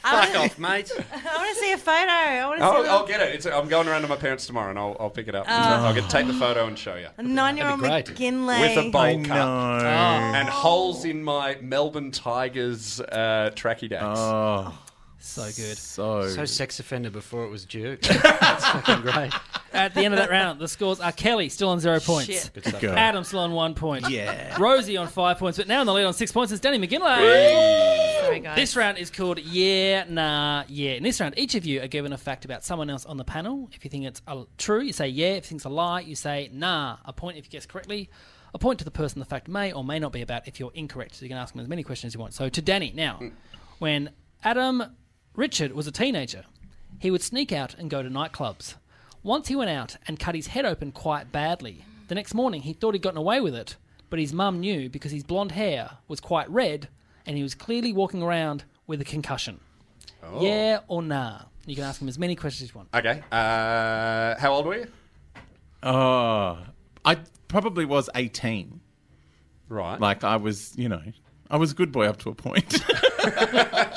Fuck off, mate. I want to see a photo. I want to I'll, see I'll get it. It's, I'm going around to my parents tomorrow and I'll, I'll pick it up. I'll get take the photo and show you. a nine-year-old That'd be great. McGinley. With a I bowl know. cut. And holes in my Melbourne Tigers uh, tracky days. Oh, So good. so, So sex offender before it was due. That's fucking great. At the end of that round, the scores are Kelly still on zero points. Shit. good. Adam still on one point. Yeah. Rosie on five points, but now in the lead on six points is Danny McGinley. Sorry, guys. This round is called Yeah, Nah, Yeah. In this round, each of you are given a fact about someone else on the panel. If you think it's a, true, you say yeah. If you think it's a lie, you say nah. A point if you guess correctly. A point to the person the fact may or may not be about if you're incorrect. So you can ask them as many questions as you want. So to Danny, now, when Adam Richard was a teenager. He would sneak out and go to nightclubs. Once he went out and cut his head open quite badly. The next morning, he thought he'd gotten away with it, but his mum knew because his blonde hair was quite red and he was clearly walking around with a concussion. Oh. Yeah or nah? You can ask him as many questions as you want. Okay. Uh, how old were you? Oh, I probably was 18. Right. Like I was, you know, I was a good boy up to a point.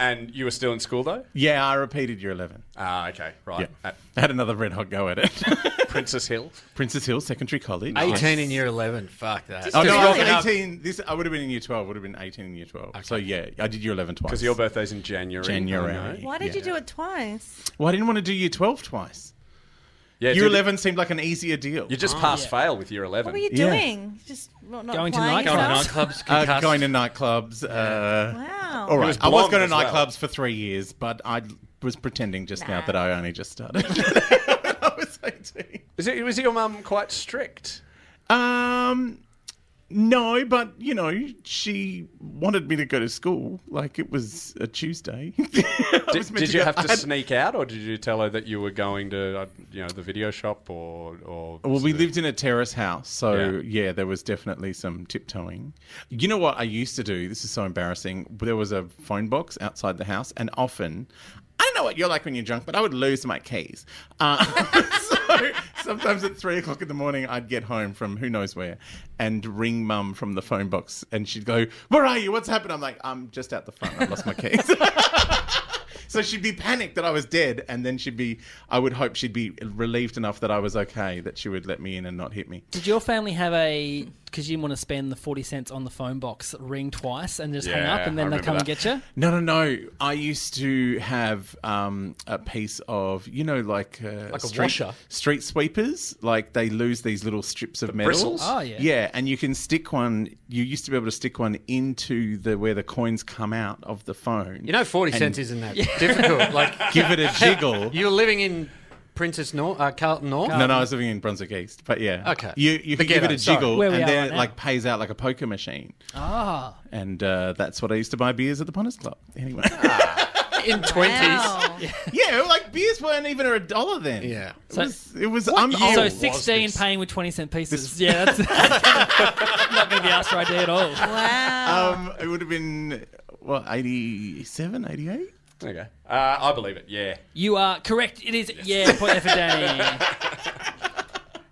And you were still in school though? yeah, I repeated year 11. Ah, okay, Yeah. right. I had another red hot go at it. Princess Hill. Princess Hill Secondary College. 18 in year 11. Fuck that. Oh no, I Just was rock it up. 18. This I would have been in year 12. Would have been 18 in year 12. So yeah, I did year 11 twice. 'Cause your birthday's in January. January. I know. Why did you do it twice? Well, I didn't want to do year 12 twice. Yeah, year did- 11 seemed like an easier deal. You Ah. just pass fail with year 11. What were you doing? Just not, not applying yourself? Uh, going to nightclubs. Uh, Wow. All He right. was I was blonde going as to well. nightclubs for three years, but I was pretending just now that I only just started. Is it, was your mum quite strict? um, no, but you know, she wanted me to go to school. Like it was a Tuesday. Did, meant did to you go- have I to had- sneak out, or did you tell her that you were going to, uh, you know, the video shop or or? Well, we lived in a terrace house, so Yeah. yeah. there was definitely some tiptoeing. You know what I used to do? This is so embarrassing. There was a phone box outside the house, and often, I don't know what you're like when you're drunk, but I would lose my keys. Uh, so sometimes at three o'clock in the morning, I'd get home from who knows where and ring mum from the phone box, and she'd go, "Where are you? What's happened?" I'm like, "I'm just out the front. I lost my keys." So she'd be panicked that I was dead, and then she'd be, I would hope she'd be relieved enough that I was okay, that she would let me in and not hit me. Did your family have a because you didn't want to spend the forty cents on the phone box ring twice and just hang Yeah, up and I then they remember come and that. get you? No, no, no. I used to have um, a piece of, you know, like uh, Like a street, washer. street sweepers. Like they lose these little strips of metal. bristles? Oh, yeah. Yeah, and you can stick one. You used to be able to stick one into the where the coins come out of the phone. You know, 40 and cents isn't that difficult. Like, Give it a jiggle. You're living in Princess North, uh, Carlton North? No, no, I was living in Brunswick East, but yeah. Okay. You you The can give it ghetto, a sorry. jiggle, Where we and are then right it now. like pays out like a poker machine, Ah. and uh, that's what I used to buy beers at the Punters Club. Anyway, in 20s. yeah, like beers weren't even a dollar then. Yeah, it So- was. It was oh, What I'm year old. Oh, So sixteen paying with twenty cent pieces. Yeah, that's, not going to be asked for idea at all. Wow. Um, it would have been what 87, 88? Okay, uh, I believe it. Yeah. You are correct. It is yeah. Point there for Danny.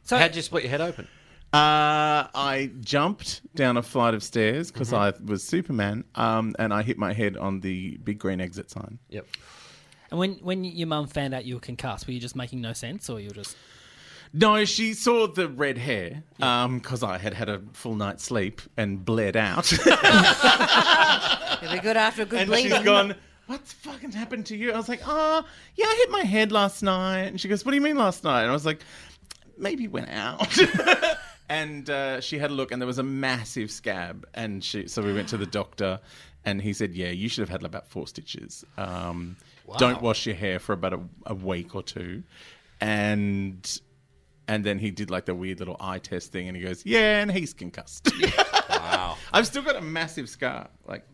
So How'd you split your head open? Uh, I jumped down a flight of stairs because I was Superman, um, and I hit my head on the big green exit sign. Yep. And when when your mum found out you were concussed, were you just making no sense, or you were just No, she saw the red hair because I had had a full night's sleep and bled out. It'd be good after a good and bleeding. she's gone, What's fucking happened to you? I was like, Oh, yeah, I hit my head last night. And she goes, What do you mean last night? And I was like, Maybe went out. and uh, she had a look, and there was a massive scab. And she, so we went to the doctor, and he said, Yeah, you should have had about four stitches. Um, Don't wash your hair for about a, a week or two. And. And then he did like the weird little eye test thing, and he goes, "Yeah," and he's concussed. Wow. I've still got a massive scar, like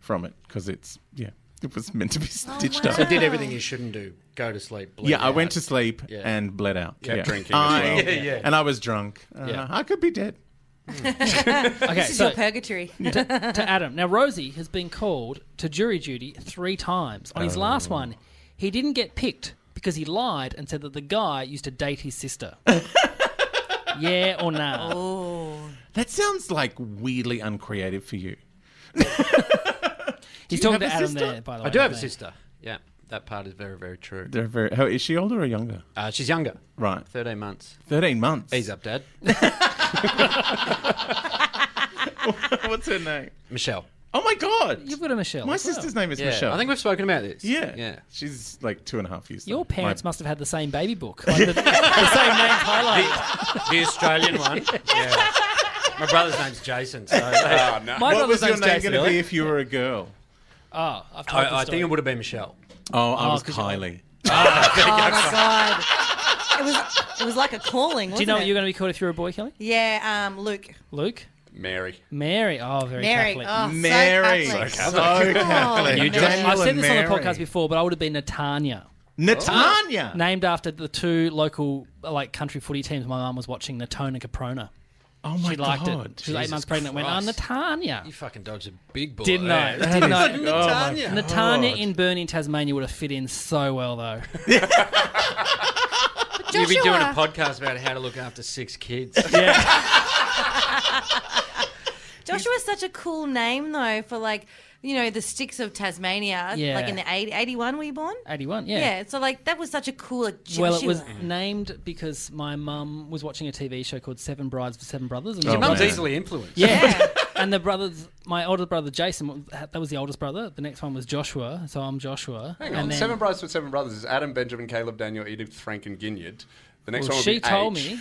from it, because it's yeah, it was meant to be Oh, stitched up. So did everything you shouldn't do. Go to sleep. bleed yeah, I went out. to sleep Yeah. and bled out. Kept yeah. drinking as I- well. Ah, Yeah, yeah. And I was drunk. Uh, Yeah. I could be dead. okay? this is your purgatory. to, to Adam. Now, Rosie has been called to jury duty three times. On his last one, he didn't get picked because he lied and said that the guy used to date his sister. yeah or nah? Oh. That sounds like weirdly uncreative for you. He's Do you talking to have a Adam sister? there, by the way. I do have a don't sister. Yeah, that part is very, very true. They're very. How is she older or younger? Uh, she's younger. Right, 13 months. thirteen months. Ease up, Dad. What's her name? Michelle. Oh my god! they? You've got a Michelle. My as well. sister's name is Yeah, Michelle. I think we've spoken about this. yeah, Yeah. She's like two and a half years. Your old. My- parents must have had the same baby book, like the, the same name highlighted. The Australian one. Yeah. My brother's name's Jason, so Ah, no. My What brother's was your name's name Jason. going to be if you were a girl? Oh, I've told I, I think it would have been Michelle. Oh, I was 'cause you're- Kylie. Oh my god. It was it was like a calling. Wasn't Do you know it? what you're going to be called if you're a boy, Kelly? Yeah, um, Luke. Luke. Mary. Mary. Oh, very Mary. Catholic. Oh, so Mary. Catholic. So Catholic. So Oh, Catholic. you Daniel I've said and this on Mary. the podcast before, but I would have been Natanya. Netanya? Oh. Named after the two local like country footy teams my mum was watching, Natona Caprona. Oh my she liked God. it. She was Jesus eight months pregnant. Went, oh, Christ. Natanya. You fucking dodged a big bullet. Didn't I? there. Didn't I? Oh, Natanya. Oh Natanya in Burnie, Tasmania would have fit in so well, though. You've been doing a Joshua- podcast about how to look after six kids. Joshua's such a cool name though for like you know the sticks of Tasmania. Yeah. Like in the 80, 81 were you born? 81, yeah. Yeah. So like that was such a cool like, Joshua. Well, it was named because my mum was watching a TV show called Seven Brides for Seven Brothers. Oh Your the mum's brothers- easily influenced. Yeah. and the brothers, my older brother Jason, that was the oldest brother. The next one was Joshua, so I'm Joshua. Hang and on. then- Seven Brothers with Seven Brothers is Adam, Benjamin, Caleb, Daniel, Edith, Frank, and Ginyard. The next Well, one will she be told H. me-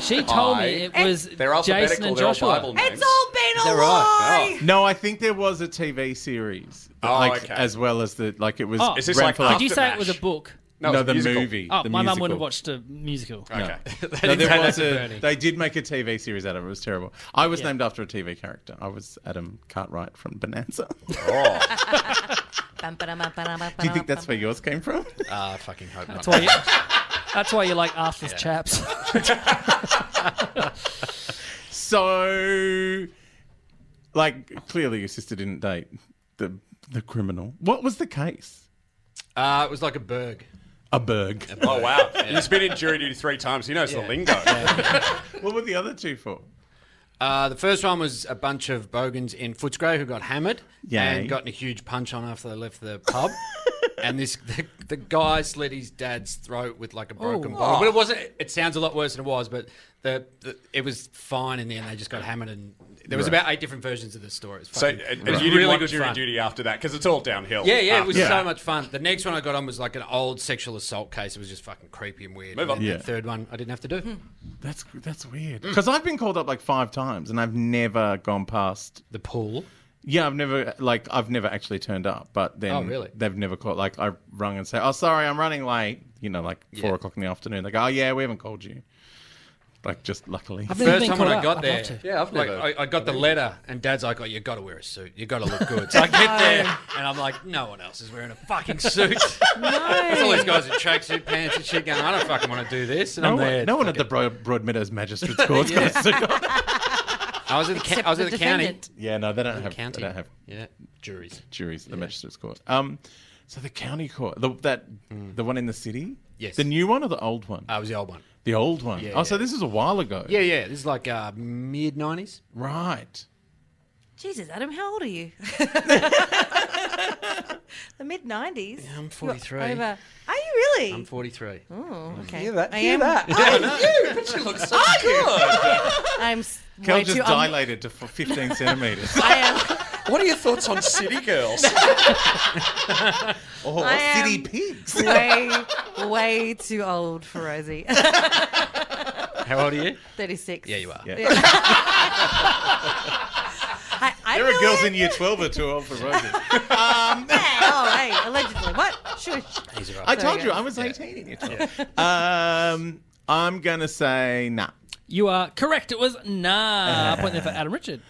she told me I. it was They're alphabetical. Jason and they're all Joshua. Bible names. Oh. It's all been a They're lie. right. No, I think there was a TV series, Oh, like okay. as well as the like it was. Oh, Is this ran like for, like did you say it was a book? No, No, the it's a musical. movie. Oh, the my mum wouldn't musical. have watched a musical. Okay. No, No. there was a- a, they did make a TV series out of it. It was terrible. I was named after a TV character. I was Adam Cartwright from Bonanza. Do you think that's where yours came from? Ah, I fucking hope That's why not. you. That's why you like arseless chaps. So, like, clearly your sister didn't date the the criminal. What was the case? Uh, it was like a berg. A Berg. Oh wow! He's been in jury duty three times. He knows the lingo. What were the other two for? Uh, the first one was a bunch of bogans in Footscray who got hammered Yay. and gotten a huge punch on after they left the pub. and this the, the guy slit his dad's throat with like a broken Oh. bottle. But it wasn't. It sounds a lot worse than it was. But the, the it was fine in the end. They just got hammered and there was Right. about eight different versions of the story. It was So, fucking- and, it was you didn't really want good jury fun. duty after that because it's all downhill. Ah. Yeah, yeah, it was after so that. much fun. The next one I got on was like an old sexual assault case. It was just fucking creepy and weird. Move on. And then Yeah. The third one I didn't have to Hmm. do. That's that's weird. Mm. Because I've been called up like five times and I've never gone past the pool. Yeah, I've never like I've never actually turned up, but then Oh, really? they've never called. Like I rung and say, "Oh, sorry, I'm running late." You know, like four o'clock in the afternoon. They go, "Oh yeah, we haven't called you." Like just luckily, The first time when I got there, Yeah, I've like, never- I, I got the letter, and Dad's like, "Oh, you got to wear a suit. You got to look good." So I get there, and I'm like, "No one else is wearing a fucking suit." There's all these guys in tracksuit pants and shit going, "I don't fucking want to do this." And No I'm one, there. no one at the Broad, Broadmeadows Magistrates Court's got a suit on. I was at the, ca- I was at the county. Yeah, no, they don't have. County. They don't have Yeah, juries. juries. The Magistrates Court. Um, so the county court, the, that the one in the city. Mm. Yes. The new one or the old one? I Uh, was the old one. the old one. Yeah, oh, so this is a while ago. Yeah, yeah. This is like uh, mid '90s. Right. Jesus, Adam, how old are you? the mid nineties. Yeah, I'm 43. Over. Are you really? I'm 43. Oh, okay. Hear that, I hear am. that. Oh, But she looks so Are you? good. I'm. s- Kel way just too- I'm- dilated to f- 15 centimeters. I am. What are your thoughts on City Girls? Oh, I am city pigs. way, way too old for Rosie. How old are you? 36. Yeah, you are. Yeah. I, I There are know girls it. in year 12 or too old for roses. Hey, oh, hey, allegedly. What? Shush. He's right. I There told we you, go. I was 18 in year 12. Um, I'm going to say nah. You are correct. It was nah. I point there for Adam Richard.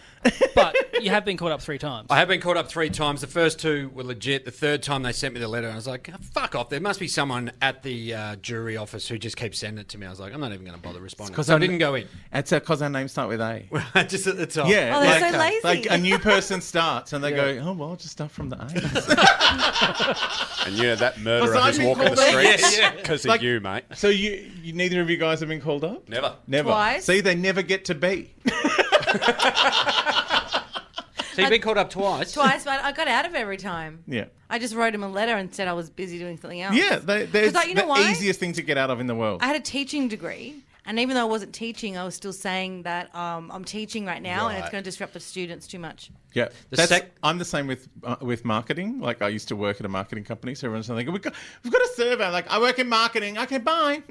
But you have been caught up three times. I have been caught up three times. The first two were legit. The third time they sent me the letter, and I was like, "Ah, "Fuck off!" There must be someone at the uh, jury office who just keeps sending it to me. I was like, "I'm not even going to bother responding." So I didn't go in. It's because our names start with A. just at the top. Yeah, Oh, they're so lazy. like a new person starts and they go, oh, well, I'll just start from the A. and you know that Was murderer I who's being walking the called out? streets Yeah, yeah. because Like- of you, mate. so you, you, neither of you guys have been called up? Never. Never. Twice. See, they never get to B. So you've been caught up twice. Twice, but I got out of every time. yeah. I just wrote him a letter and said I was busy doing something else. Yeah, they, they're 'Cause, like, you know the why? easiest thing to get out of in the world. I had a teaching degree, and even though I wasn't teaching, I was still saying that um, I'm teaching right now, and it's Right. going to disrupt the students too much. Yeah, The That's- sec- I'm the same with uh, with marketing. Like I used to work at a marketing company, so everyone's like, "We've got, we've got a survey." I'm Like I work in marketing. Okay, bye.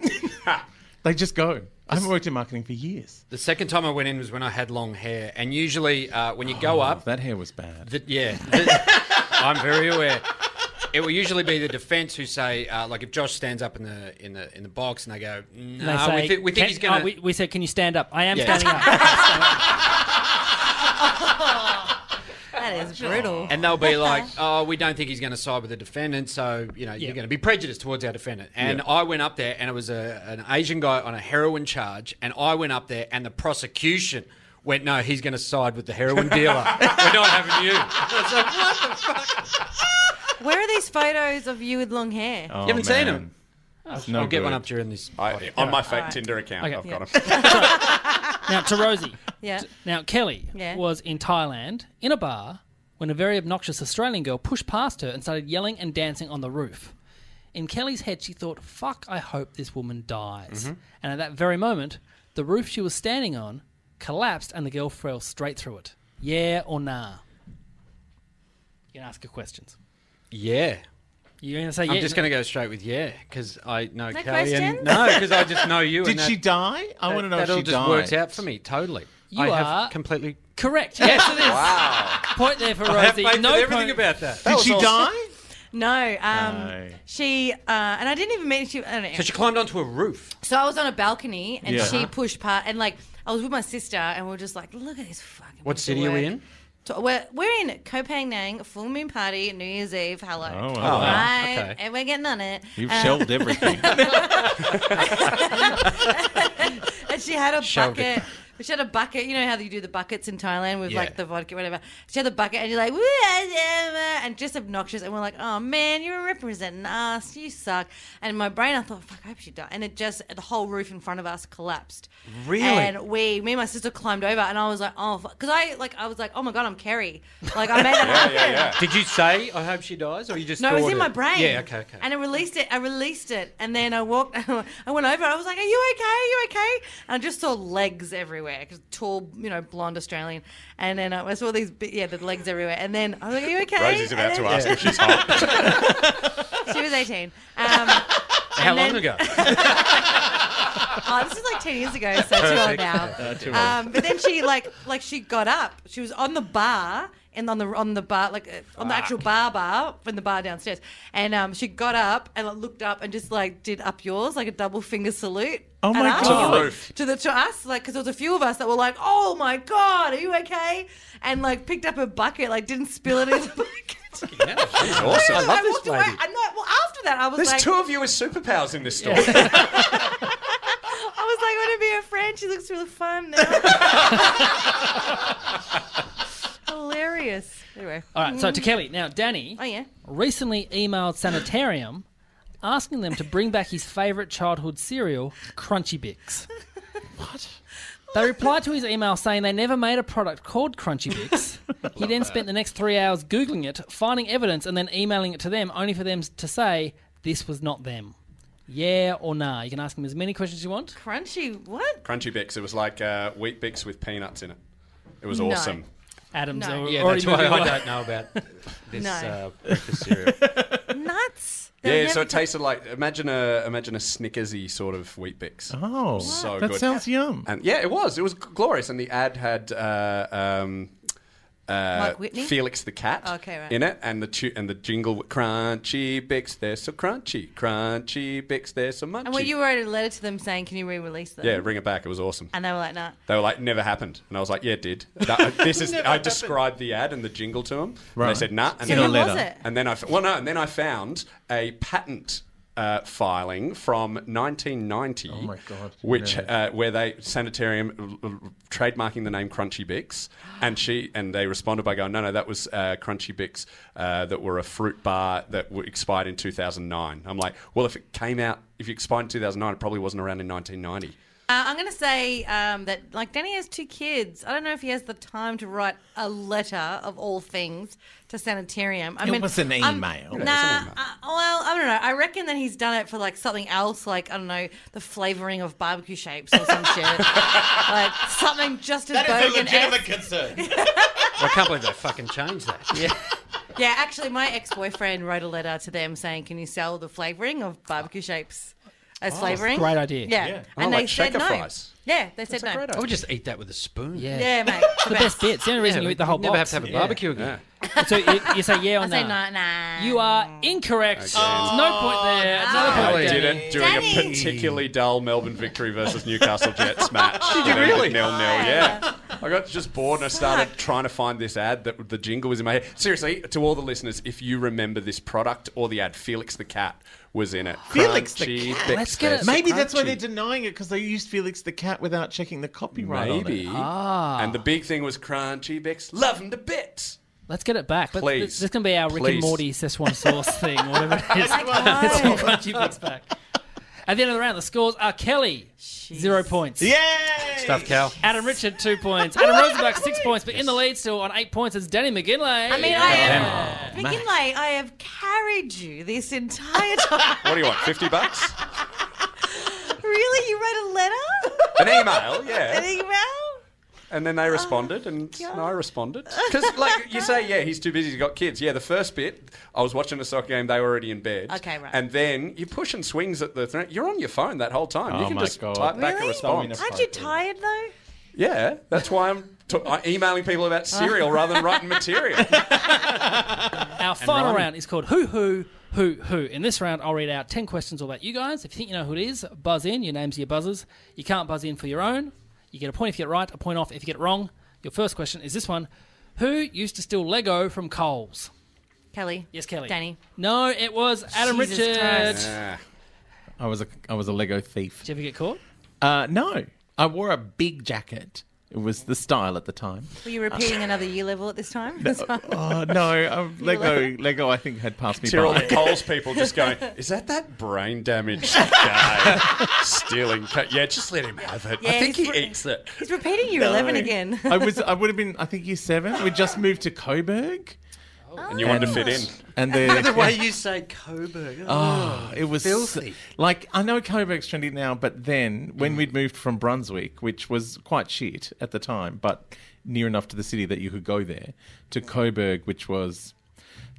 they just go. I haven't worked in marketing for years. The second time I went in was when I had long hair, and usually uh, when you go up, That hair was bad. The, yeah, The- I'm very aware. It will usually be the defence who say, uh, like, if Josh stands up in the in the in the box and they go, And they "No, we, say, thi- we think "Can- he's going oh, to." we, we said, can you stand up? I am Yeah. standing up. that is brutal. And they'll be like, "Oh, we don't think he's going to side with the defendant, so you know you're going to be prejudiced towards our defendant." And Yeah. I went up there, and it was a, an Asian guy on a heroin charge, and I went up there, and the prosecution went, "No, he's going to side with the heroin dealer. We're not having you." Where are these photos of you with long hair? Oh, you haven't seen him. no I'll get one good. up during this. I, on my fake Alright. Tinder account, Okay. Oh. I've Yeah. got him. Now to Rosie. Yeah. Now Kelly Yeah. was in Thailand in a bar when a very obnoxious Australian girl pushed past her and started yelling and dancing on the roof. In Kelly's head, she thought, "Fuck! I hope this woman dies." Mm-hmm. And at that very moment, the roof she was standing on collapsed, and the girl fell straight through it. Yeah or nah? You can ask her questions. Yeah. You're gonna say I'm yeah. just going to go straight with yeah because I know No Kelly question? and no because I just know you. Did and that- she die? I want to know that if she all just died. works out for me totally. You I are- have completely. correct. Yes, it is. wow. Point there for I have Rosie. faith No in everything point. about that. Did she die? No, um, No. she uh, and I didn't even mean she. I don't know. So she climbed onto a roof. So I was on a balcony and Yeah. Uh-huh. she pushed past, and like I was with my sister, and we were just like, look at this fucking. What piece of city are we work." in? To- We're, we're in Koh Nang, full moon party, New Year's Eve. Hello. Oh, wow. Right, okay. and we're getting on it. You've Uh, shelved everything. and she had a Shelved it. bucket. She had a bucket. You know how you do the buckets in Thailand with Yeah. like the vodka, whatever. She had the bucket, and you're like, "Woo, yeah, yeah," and just obnoxious. And we're like, oh man, you're representing us. You suck. And in my brain, I thought, fuck, I hope she died. And it just the whole roof in front of us collapsed. Really? And we, me and my sister, climbed over, and I was like, oh, because I like, I was like, oh my god, I'm Kerry. Like I made that happen. Did you say I hope she dies or you just? No, it was thought in my brain. Yeah. Okay. Okay. And I released it. I released it, and then I walked. I went over. I was like, "Are you okay? Are you okay?" And I just saw legs everywhere. 'cause tall, you know, blonde Australian. And then I saw these, big, yeah, the legs everywhere. And then I was like, "Are you okay?" Rosie's And about then- to ask if she's hot. She was eighteen. Um, How and long then- ago? oh, this is like ten years ago, so too old now. Um, but then she like, like she got up. She was on the bar and on the on the bar, like uh, on the actual bar bar from the bar downstairs. And um, she got up and like, looked up and just like did up yours, like a double finger salute. Oh, at my us. God. To the roof. To the to us, like because there was a few of us that were like, "Oh my god, are you okay?" And like picked up her bucket, like didn't spill it in the bucket. She's awesome. I love walked this away. lady. I'm not. Well, after that, I was There's like, two of you as superpowers in this story. I was like, I want to be her friend. She looks really fun now. Hilarious. Anyway. All right, so to Kelly now. Danny Oh, yeah. recently emailed Sanitarium asking them to bring back his favourite childhood cereal, Crunchy Bix. What? They replied to his email saying they never made a product called Crunchy Bix. he then spent the next three hours Googling it, finding evidence, and then emailing it to them, only for them to say, this was not them. Yeah or nah? You can ask him as many questions you want. Crunchy. What? Crunchy Bix. It was like uh, wheat Bix with peanuts in it. It was No. awesome. Adam's No. al- Yeah, already that's why moving I on. don't know about this No. uh, breakfast cereal. Nuts. yeah, They've so never- it tasted like imagine a imagine a Snickersy sort of wheat Bix. Oh, so that good. sounds yum. And yeah, it was. It was glorious. And the ad had uh, um, uh, Mike Whitney? Oh, Felix the cat Okay, right. in it, and the tu- and the jingle crunchy Bix. They're so crunchy, crunchy Bix. They're so munchy. And well, you wrote a letter to them saying, can you re release them? yeah, bring it back. It was awesome. And they were like, nah. They were like, never happened. And I was like, yeah, it did. That- uh, this is, I described the ad and the jingle to them. And Right. they said, nah. And So then who I, was it? And then I, f- well, no, and then I found a patent. Uh, filing from 1990, oh my God. which Really? uh, where they sanitarium uh, trademarking the name Crunchy Bix, and she and they responded by going, no, no, that was uh, Crunchy Bix uh, that were a fruit bar that were expired in 2009. I'm like, well, if it came out, if it expired in 2009, it probably wasn't around in 1990. Uh, I'm going to say um, that, like, Danny has two kids. I don't know if he has the time to write a letter of all things to Sanitarium. I It mean, was an I'm- email. nah, uh, well, I don't know. I reckon that he's done it for, like, something else, like, I don't know, the flavouring of barbecue shapes or some shit. like, something just as bogan concern. I can't believe they fucking changed that. Yeah. Yeah, actually, my ex boyfriend wrote a letter to them saying, Can you sell the flavouring of barbecue shapes as flavouring? Oh, great idea. Yeah. And Oh, they like said shaker no. fries. Yeah, they said no. I would just eat that with a spoon. Yeah. Yeah, mate. The best bits. The only reason you eat the whole never box. have to have a Yeah. barbecue again. So you, you say yeah or I no? say no, nah. Oh, You are incorrect. Oh, There's no Oh, point there. There's No I point did Danny. it during Danny. a particularly dull Melbourne victory versus Newcastle Jets match. Did you really? Nil nil, yeah. I got just bored and I started trying to find this ad that the jingle was in my head. Seriously, to all the listeners, if you remember this product or the ad, Felix the cat was in it. Felix Crunchy the cat. Bex Bex Maybe that's why Crunchy. they're denying it because they used Felix the cat without checking the copyright. on it. Ah. Maybe. And the big thing was Crunchy Bex. Love him to bits. Let's get it back. But th- Please. this can be our Rick and Please. Morty Szechuan sauce thing, whatever it is. It's all crunchy bits back. At the end of the round, the scores are Kelly, zero points. Yay! Stuffed cow. Adam Richard, two points. Adam Rosenbach, six points. But in the lead still on eight points is Danny McGinley. I mean, I am. McKinley, I have carried you this entire time. What do you want? Fifty bucks? really? You wrote a letter? An email? An Yeah. email? And then they responded, and I responded because, Oh, like, you say, yeah, he's too busy. He's got kids. Yeah, the first bit, I was watching a soccer game. They were already in bed. Okay, right. And then you push and swings at the. thre- You're on your phone that whole time. you Oh can my just God. type back a Really? response. Aren't you tired though? Yeah, that's why I'm t- I'm emailing people Oh. about cereal rather than writing material. Our final Ronnie. round is called Who Who Who Who. In this round, I'll read out 10 questions all about you guys. If you think you know who it is, buzz in. Your names are your buzzers. You can't buzz in for your own. You get a point if you get it right, a point off if you get it wrong. Your first question is this one Who used to steal Lego from Coles? Kelly. Yes, Kelly. Danny. No, it was Adam Jesus Richard. Christ. I was a I was a Lego thief. Did you ever get caught? Uh, no, I wore a big jacket. It was the style at the time. Were you repeating another year level at this time? That's fine. Oh no, um, Lego Lego I think had passed me Hear all the by. Coles people just going, is that that brain damaged guy stealing? Ca- yeah, just let him have it. I Yeah, think he's he re- eats it. He's repeating year 11 again. I was I would have been I think year seven. We just moved to Coburg, And you wanted to fit in. and the, The way you say Coburg. Oh, it was filthy. Like I know Coburg's trendy now, but then when we'd moved from Brunswick, which was quite shit at the time, but near enough to the city that you could go there, to Coburg, which was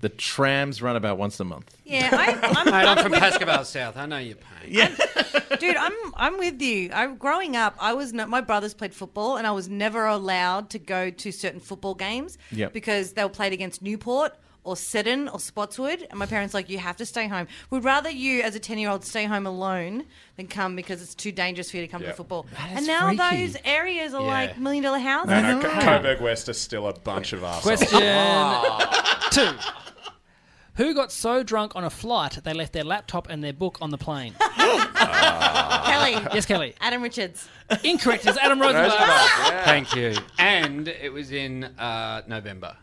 the trams run about once a month. yeah, I, I'm, Mate, I'm I'm from with- Pascaval South. I know your pain. dude. I'm I'm with you. I growing up, I was no, my brothers played football, and I was never allowed to go to certain football games Yep. because they were played against Newport or Seddon or Spotswood, and my parents were like you have to stay home. We'd rather you as a ten year old stay home alone than come because it's too dangerous for you to come Yeah. to football. is And now freaky. those areas are Yeah. like million dollar houses. No, no, Co- Coburg West is still a bunch of arseholes. Question Oh. two. Who got so drunk on a flight they left their laptop and their book on the plane? Kelly, yes, Kelly. Adam Richards. Incorrect is Adam Rosenbach. Yeah. Thank you. And it was in uh, November.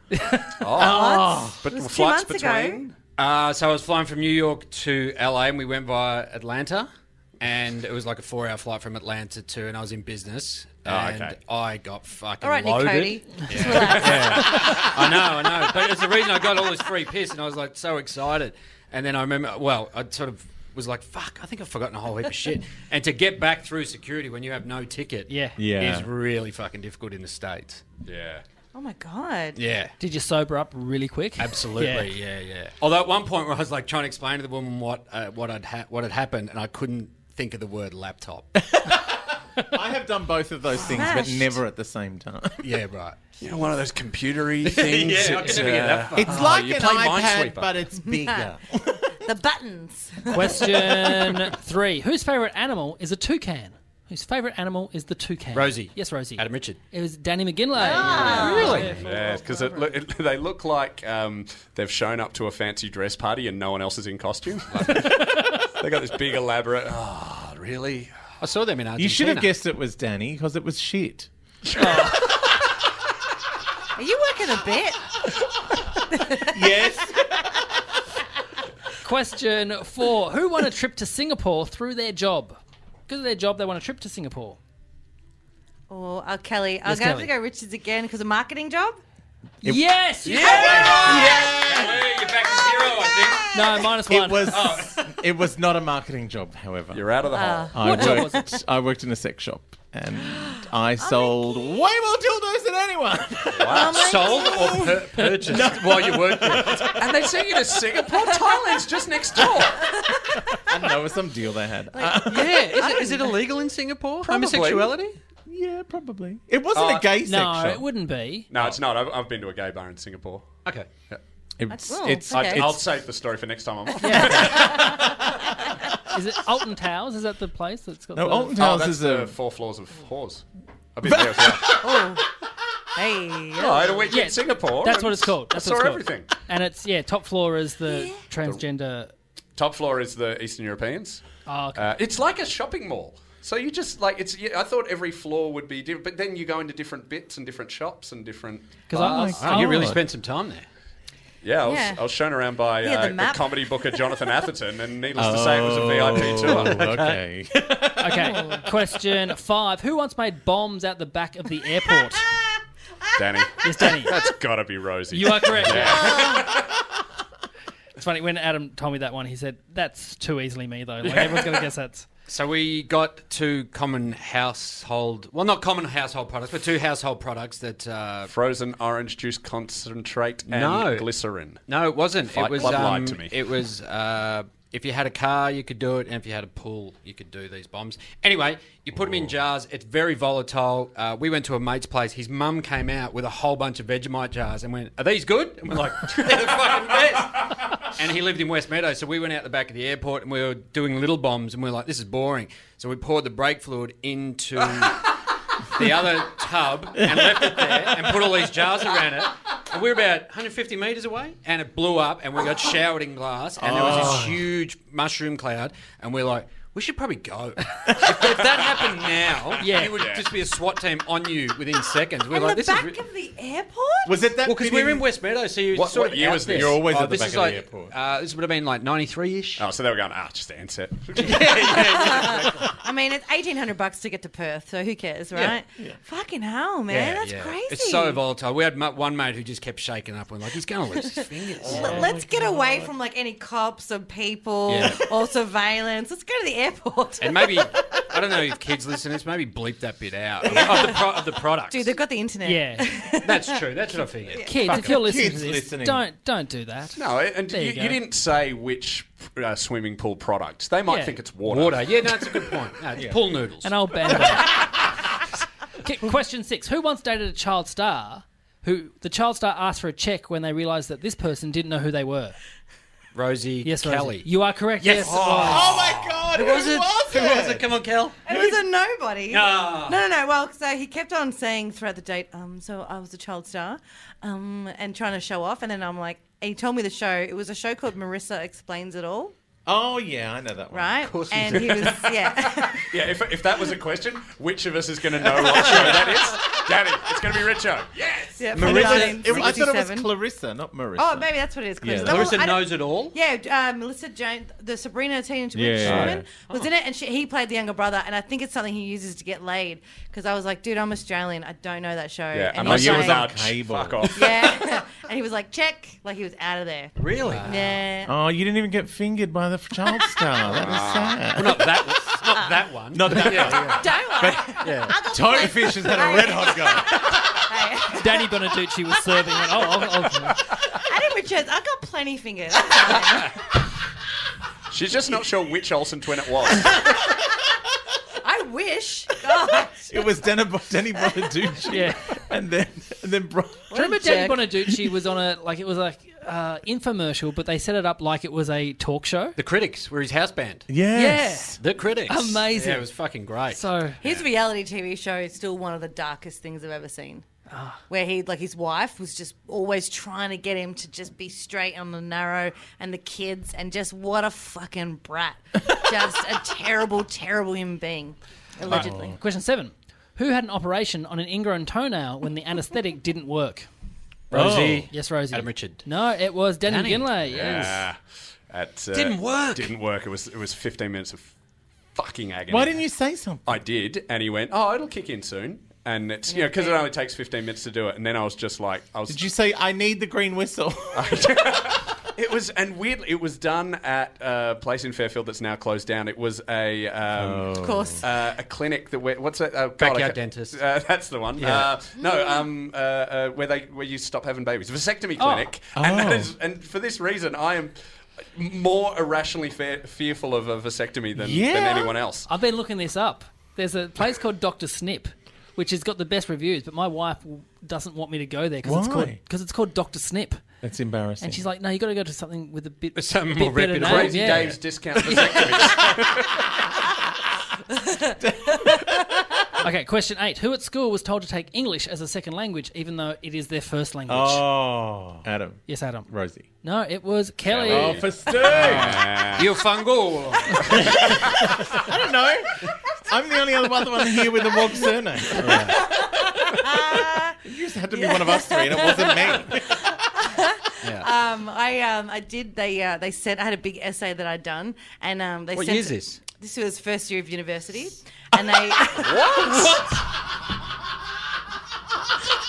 Oh, but It was two flights months ago. between. Uh, so I was flying from New York to LA and we went via Atlanta. And it was like a four hour flight from Atlanta to, and I was in business. And okay. I got fucking All right, Nick loaded. Cody. Just relax. I know, I know. But it's the reason I got all this free piss, and I was like so excited. And then I remember, well, I sort of was like, "Fuck, I think I've forgotten a whole heap of shit." And to get back through security when you have no ticket, Yeah. Yeah. is really fucking difficult in the states. Yeah. Oh my god. Yeah. Did you sober up really quick? Absolutely, yeah. yeah, Although at one point where I was like trying to explain to the woman what uh, what had ha- what had happened, and I couldn't think of the word laptop. I have done both of those things, but never at the same time. yeah, right. You know, one of those computery things. uh, Yeah, I could never get that far. Oh, It's like you an play iPad, Minesweeper. but it's bigger. The buttons. Question three. Whose favourite animal is a toucan? Whose favourite animal is the toucan? Rosie. Yes, Rosie. Adam Richard. It was Danny McGinley. Really? Yeah, because it, loo- it, they look like um, they've shown up to a fancy dress party and no one else is in costume. Like, they got this big elaborate. Ah, really? I saw them in Argentina. You should have guessed it was Danny because it was shit. Are you working a bit? Yes. Question four. Who won a trip to Singapore through their job? Because of their job, they won a trip to Singapore. Oh, uh, Kelly. I'm Yes, going to have to Kelly. go Richards again because a marketing job. Yes! you- Hey, you're back to zero, I No, minus one. It was. It was not a marketing job, however. You're out of the hole. I What job was worked. I worked in a sex shop, and I sold way more dildos than anyone. Wow. think. Sold or pur- purchased while you worked there. and they sent you to Singapore. Thailand's just next door. I don't know, it was some deal they had. Uh, Yeah, is it, is it illegal in Singapore? Homosexuality? yeah, probably. It wasn't a gay sex no, shop. it wouldn't be. No, it's not. I've, I've been to a gay bar in Singapore. Okay. It's, Cool, it's, okay. it's- I'll save the story for next time I'm off. Is it Alton Towers? Is that the place that's got no, the... Alton Oh, Towers that's is the a. four floors of whores. I've been there as well. Oh, Hey. Oh, I had a week in Singapore. That's and what it's called. I That's saw what it's called. everything. And it's yeah, top floor is the transgender. Top floor is the Eastern Europeans. Oh, okay. Uh, it's like a shopping mall. So you just like it's. yeah, I thought every floor would be different, but then you go into different bits and different shops and different. 'Cause I- bars. I- Oh, you really spent some time there. Yeah, I was, Yeah. I was shown around by Yeah, uh, the the, map. comedy booker Jonathan Atherton, and needless to say, it Oh. was a VIP tour. Okay. Okay. Question five: Who once made bombs out the back of the airport? Ah, Danny, Yes, Danny. that's got to be Rosie. You are correct. Yeah. It's funny when Adam told me that one, he said that's too easily me though. Like everyone's gonna guess that's. So we got two common household, well, not common household products, but two household products that. Uh, Frozen orange juice concentrate and No. glycerin. no, it wasn't. Fight it was. Club um, lied to me. It was. Uh, if you had a car, you could do it, and if you had a pool, you could do these bombs. Anyway, you put them in jars. It's very volatile. Uh, we went to a mate's place. His mum came out with a whole bunch of Vegemite jars and went, "Are these good?" And we're like, "They're the fucking best." And he lived in West Meadow, so we went out the back of the airport and we were doing little bombs, and we were like, "This is boring." So we poured the brake fluid into the other tub and left it there and put all these jars around it. And we were about 150 metres away and it blew up and we got showered in glass and there was this huge mushroom cloud and we're like, we should probably go. if, Oh. if that happened now, Yeah. you would just be a SWAT team on you within seconds. We're In like, the this back is. Re- of the airport? Was it that? well, because bit we're in West Meadow, so you What- sort what of year out was this? there. Oh, You're always at the this back is of the like, airport. Uh, this would have been like 93 ish. Oh, so they were going. Ah, just answer. I mean, it's 1800 bucks to get to Perth, so who cares, right? Fucking hell, man. That's crazy. It's so volatile. We had mu- one mate who just kept shaking up. We're like, he's going to lose his fingers. L- Let's Oh get away from like any cops or people Yeah. or surveillance. Let's go to the airport. And maybe I don't know if kids listen to this. Maybe bleep that bit out of the, pro- of the products. Dude, they've got the internet. Yeah, that's true. That's what I figured. kids, if you're listening Kids to this, listening. don't don't do that. No, and you, There you you, go. didn't say which uh, swimming pool product. They might Yeah. think it's water. Water. Uh, Yeah, no, that's a good point. No, it's pool noodles. An old band. okay, question six: Who once dated a child star? Who the child star asked for a check when they realised that this person didn't know who they were? Rosie Yes, Rosie. Kelly. You are correct. Yes. it was. Oh my god! Who was it? Who was it? Come on, Kel. It was a nobody. Ah. No, no, no. Well, so he kept on saying throughout the date, um, so I was a child star, um, and trying to show off. And then I'm like, he told me the show. It was a show called Marissa Explains It All, Oh yeah, I know that one. right? and he was, yeah. Yeah, if, if that was a question, which of us is going to know what show that is? Danny, it's going to be Richo. Yes! yeah from Marissa. It- I thought it was 1967. Clarissa, not Marissa. Oh, maybe that's what it is. Clarissa. Yeah. That was- Clarissa I don't- knows it all. Yeah, uh, Melissa Joan, the Sabrina Teenage Witch Yeah. Oh. woman, was in it, and she, he played the younger brother. And I think it's something he uses to get laid. Because I was like, dude, I'm Australian. I don't know that show. Yeah, and unless he you was was like, out, cable. fuck off. yeah, and he was like, check, like he was out of there. Really? Yeah. Oh, you didn't even get fingered by the child star. That is sad. Not that. one. Not that one. Not that Don't lie. Toga Fish has had a red hot go. Hey, Danny Bonaducci was serving. Went, oh, I'll, I'll, Adam Richards, I got plenty fingers. She's just not sure which Olsen twin it was. I wish. God. It was Danny, Danny Bonaducci. Yeah. And then, and then Brian. Do you remember Danny Bonaducci was on a like it was like uh, infomercial, but they set it up like it was a talk show. The critics were his house band. Yes. The critics. Amazing. Yeah, it was fucking great. So His reality TV show is still one of the darkest things I've ever seen. Ah. Where he, like, his wife was just always trying to get him to just be straight on the narrow and the kids, and just what a fucking brat. just a terrible, terrible human being, allegedly. Oh. question seven: Who had an operation on an ingrown toenail when the anaesthetic didn't work? Oh. Rosie. Yes, Rosie. Adam Richard. No, it was Danny, Danny. Ginley. Yes. Ah, at, uh, Didn't work. Didn't work. It was, it was 15 minutes of fucking agony. Why didn't you say something? I did, and he went, oh, it'll kick in soon. And it's, you know, because it only takes 15 minutes to do it. And then I was just like, I was. Did you say, I need the green whistle? It was, and weirdly, it was done at a place in Fairfield that's now closed down. It was a. Um, Of course. uh, a clinic that where what's that uh, God, Backyard I can't- dentist. Uh, that's the one. Uh, no, um, uh, uh, where they where you stop having babies, vasectomy clinic, and that Oh. is, and for this reason, I am more irrationally fe- fearful of a vasectomy than, than Yeah. anyone else. I've been looking this up. There's a place called Doctor Snip, which has got the best reviews, but my wife w- doesn't want me to go there because it's called Why? because it's called Doctor Snip, That's embarrassing. and she's like, "No, you got to go to something with a bit, Something bit more better reputable. name." Crazy Yeah. Dave's discount vasectomies. okay, question eight. Who at school was told to take English as a second language, even though it is their first language? Oh, Adam. Yes, Adam. Rosie. No, it was Kelly. Oh, for Stu. You fungal. I don't know. I'm the only other one here with a Wog surname. you just had to be one of us three, and it wasn't me. Um, I um, I did. They uh, they sent. I had a big essay that I'd done, and um, they What sent. year is this? This was first year of university, and they.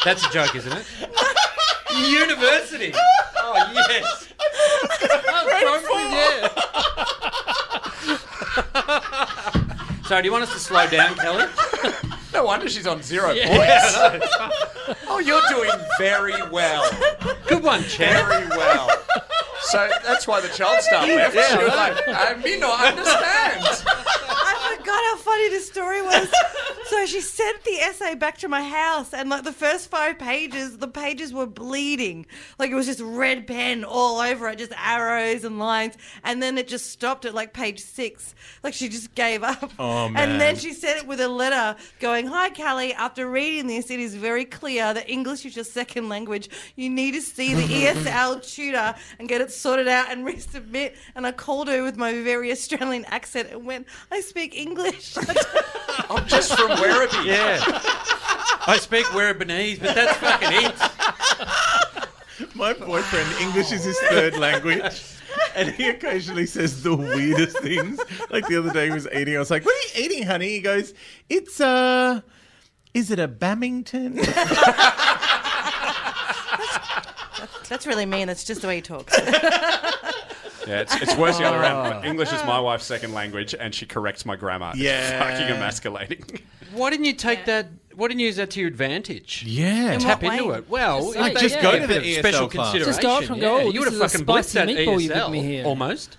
That's a joke, isn't it? University. Oh yes. Sorry, do you want us to slow down, Kelly? No wonder she's on zero Yes. points. oh, you're doing very well. Good one, Chad. Very well. So that's why the child star left. Yeah, she was right. like, I mean, no, I understand. I forgot how funny this story was. So she sent the essay back to my house, and like the first five pages, the pages were bleeding. Like it was just red pen all over it, just arrows and lines. And then it just stopped at like page six. Like she just gave up. Oh, man. And then she sent it with a letter going, Hi, Callie, after reading this, it is very clear that English is your second language. You need to see the ESL tutor and get it sorted out and resubmit. And I called her with my very Australian accent and went, I speak English. I'm just from Werribee. Yeah. I speak Werribonese, but that's fucking it. My boyfriend, English is his third language. And he occasionally says the weirdest things. Like the other day he was eating. I was like, What are you eating, honey? He goes, It's a. Is it a Bamington? That's really mean. That's just the way he talks. Yeah, it's, it's worse the other round. But English is my wife's second language, and she corrects my grammar. Yeah. It's fucking emasculating. Why didn't you take that? Why didn't you use that to your advantage? Yeah. Tap what into way? it. Well, Just if like- they just go gave to the it a ESL special class. consideration. Just go up and go, yeah, "Oh, you this would is have a fucking blitzed that spicy meatball E you ESL put me Oh here." almost.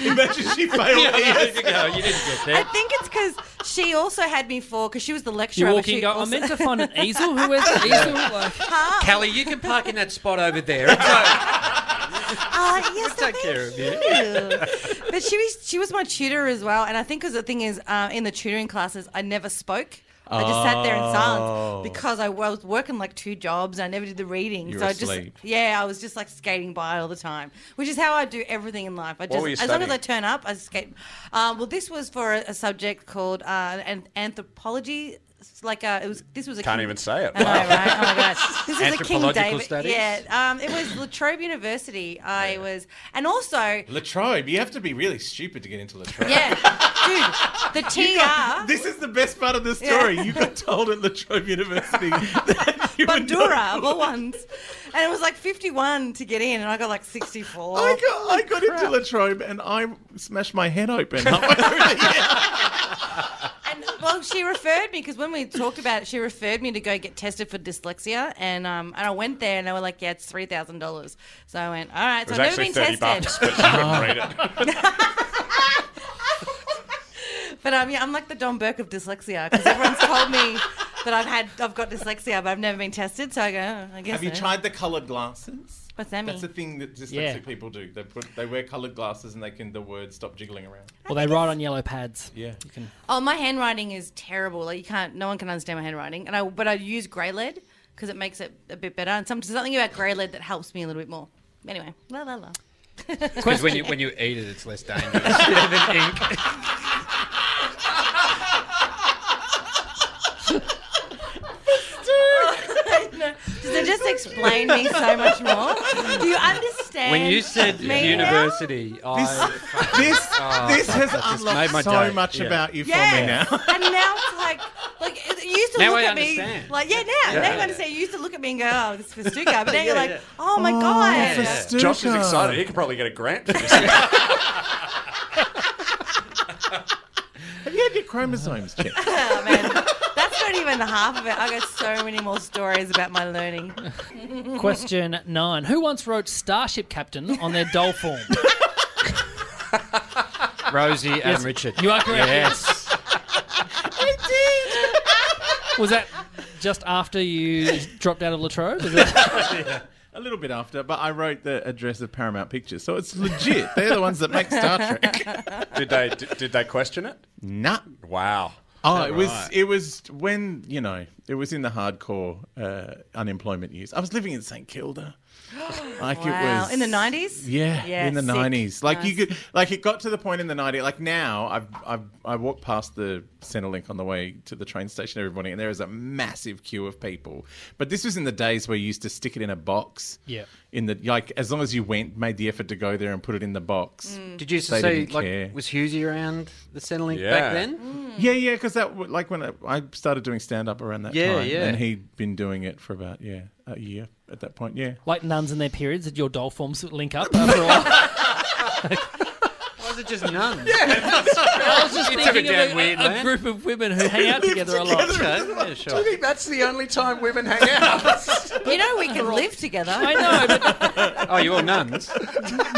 Imagine she Yeah, failed. E there you go. You didn't get I there. think it's because she also had me for, because she was the lecturer. You but walk in she and go, I also- meant to find an easel. Who wears an easel? Like, Callie, you can park in that spot over there. It's like, Ah, yes, We'll take thank care of you. you. but she was she was my tutor as well, and I think because the thing is, uh, in the tutoring classes, I never spoke. I just sat there in Oh. silence because I was working like two jobs. And I never did the reading, You so were I just asleep. yeah, I was just like skating by all the time, which is how I do everything in life. I just were you as long as I studying? turn up, I skate. Uh, well, this was for a, a subject called uh, an anthropology. It's Like uh, it was. This was a Can't King- even say it. I know, right? Oh my gosh, this is a King Anthropological David. studies? Yeah, um, it was La Trobe University. I was, and also, Latrobe. You have to be really stupid to get into Latrobe. yeah, dude, the TR. This is the best part of the story. You got told at La Trobe University that you were Bandura, not- of all ones, and it was like fifty-one to get in, and I got like sixty-four. I got, I got into Latrobe and I smashed my head open. halfway through the year. And well, she referred me because when we talked about it, she referred me to go get tested for dyslexia, and um, and I went there, and they were like, "Yeah, it's three thousand dollars." So I went, "All right." It So was I've never actually 30 been tested. bucks, but she couldn't read it. But um, yeah, I'm like the Don Burke of dyslexia because everyone's told me that I've had I've got dyslexia, but I've never been tested. So I go, oh, I guess. Have you so." tried the coloured glasses? What's that That's a mean? thing that dyslexic Yeah. people do. They put they wear coloured glasses and they can the words stop jiggling around. Well, they write on yellow pads. Yeah. Oh, my handwriting is terrible. Like you can't, no one can understand my handwriting. And I, but I use grey lead because it makes it a bit better. And some, something about grey lead that helps me a little bit more. Anyway, la la la. Because when you when you eat it, it's less dangerous than ink. Does it just explain me so much more? Do you understand? When you said me now? university, I This this has made unlocked my so day. much Yeah. about you Yes. for me now. and now it's like, like it it used to Now look I at understand. me like, yeah, now, now you yeah. understand. You used to look at me and go, oh, this is for Stuka, but now you're like, yeah. oh my god. Josh is excited. He could probably get a grant for this. year. Have you had your chromosomes checked? Oh, man. That's not even half of it. I got so many more stories about my learning. question nine. Who once wrote Starship Captain on their doll form? Rosie and Richard. You are correct. yes. Was that just after you dropped out of Latrobe? Was that- A little bit after, but I wrote the address of Paramount Pictures, so it's legit. They're the ones that make Star Trek. Did they did, did they question it? nah, Wow. Oh, it was it was when you know it was in the hardcore uh, unemployment years. I was living in St Kilda. Like wow. it was in the 90s? Yeah, in the sick. nineties. Like you Nice. could, like it got to the point in the nineties. Like now, I've I've I walk past the Centrelink on the way to the train station every morning, and there is a massive queue of people. But this was in the days where you used to stick it in a box. Yeah. In the like, as long as you went, made the effort to go there and put it in the box. Did you used to They say didn't like care. was Husey around the Centrelink back then? Yeah, yeah, because that w- like when I, I started doing stand up around that Yeah, time, yeah. and he'd been doing it for about yeah a year at that point. Yeah, Like nuns and their periods, did your doll forms link up after a while? Why is it just nuns? I was just You took thinking it down of a, weird, a man. group of women who hang out together a lot. Okay, yeah, Do you sure. think that's the only time women hang out? You know, we can live together. I know, but Oh, you all nuns?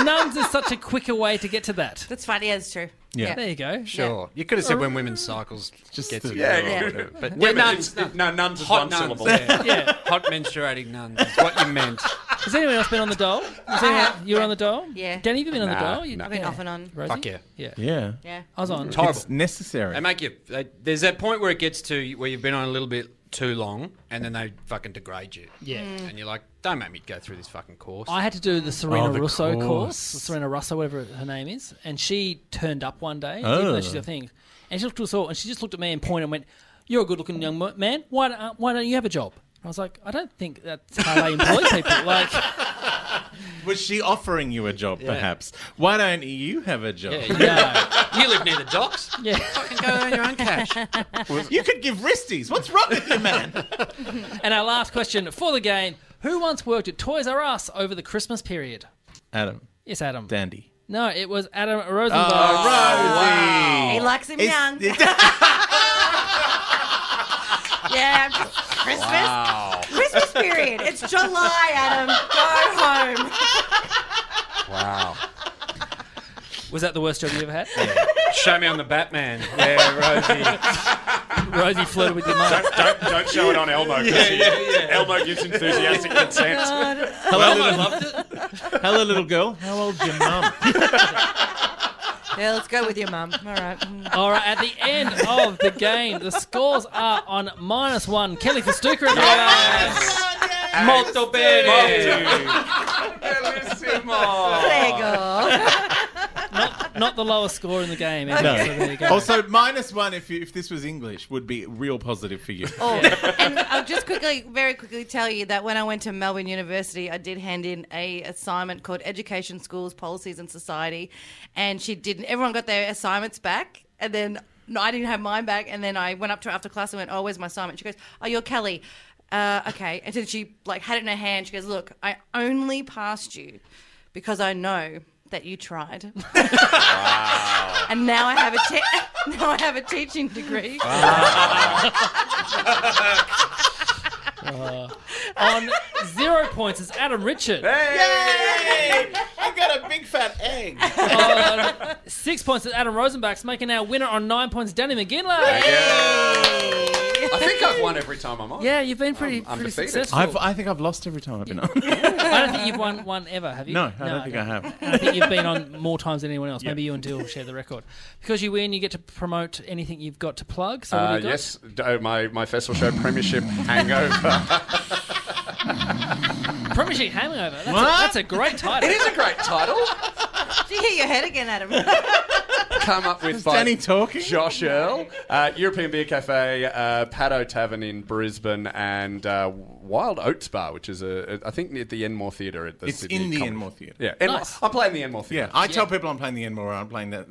nuns is such a quicker way to get to that. That's funny. Yeah, it's true. Yeah. There you go. Sure. You could have said when women's cycles just get the- together. Yeah. or whatever, But yeah, Women, nuns. it's- it- no, nuns is Hot one nuns. syllable. Yeah. Yeah. Hot menstruating nuns. That's what you meant. Has anyone else been on the doll? Has anyone, have, you were yeah. on the doll? Yeah. Danny, have you been on the Nah, doll? You- nah. I've been yeah. off and on. Rosie? Fuck yeah. Yeah. yeah, Yeah. I was on. horrible. It's necessary. They make you. They, there's that point where it gets to where you've been on a little bit too long, and then they fucking degrade you. Yeah. Mm. And you're like, don't make me go through this fucking course. I had to do the Serena the Russo course. course. the Serena Russo, whatever her name is, and she turned up one day, even Oh. though she's a thing, and she looked at us all, and she just looked at me and pointed and went, "You're a good-looking young mo- man. Why don't, uh, why don't you have a job?" And I was like, "I don't think that's how they employ people. Like, Was she offering you a job? Perhaps. Why don't you have a job? Yeah, no, you live near the docks. yeah." Fucking go earn your own cash. You could give wristies. What's wrong with you, man? And our last question for the game: Who once worked at Toys R Us over the Christmas period? Adam, Yes, Adam. dandy. No, it was Adam Rosenberg. Ah, He likes him It's- young. yeah, I'm just- Christmas. Christmas period. It's July, Adam. Go home. Wow. Was that the worst job you ever had? Show me on the Batman. Yeah, Rosie. Rosie flirted with your mum. don't, don't show it on Elmo. Yeah, yeah, yeah. Elmo gives enthusiastic Oh, consent. Hello, little, Hello, little girl. How old's your mum? Yeah, let's go with your mum. All right. Mm. All right, at the end of the game, the scores are on minus one. Kelly for Stuka and Molto bene. There you go. not the lowest score in the game. Ever, No. so there you go. also, minus one if you, if this was English would be real positive for you. Oh, and I'll just quickly, very quickly tell you that when I went to Melbourne University, I did hand in a assignment called Education, Schools, Policies and Society, and she didn't. Everyone got their assignments back, and then no, I didn't have mine back. And then I went up to her after class and went, "Oh, where's my assignment?" She goes, "Oh, you're Kelly." Uh, okay, and then she like had it in her hand. She goes, "Look, I only passed you because I know that you tried." And now I have a te- now I have a teaching degree. on zero points is Adam Richard. Hey! I got a big fat egg. On six points is Adam Rosenbach's making our winner on nine points, Danny McGinley. I think I've won every time I'm on. Yeah, you've been pretty, I'm pretty undefeated. successful. I've, I think I've lost every time I've been on. I don't think you've won one ever, have you? No, I don't think I have. I think you've been on more times than anyone else. Maybe you and Dill share the record. Because you win, you get to promote anything you've got to plug. So what have Uh, you got? yes, d- oh, my, my festival show, Premiership Hangover. Premiership Hangover. That's a, that's a great title. it is a great title. Do you hit your head again, Adam? Come up with by Danny talking? Josh Earl, uh, European Beer Cafe, uh, Pado Tavern in Brisbane, and uh, Wild Oats Bar, which is a, a- I think at the Enmore Theatre at the It's Sydney in the Comedy- Enmore Theatre. Yeah, Enmore- Nice. I'm playing the Enmore Theatre. Yeah, I tell people I'm playing the Enmore. I'm playing that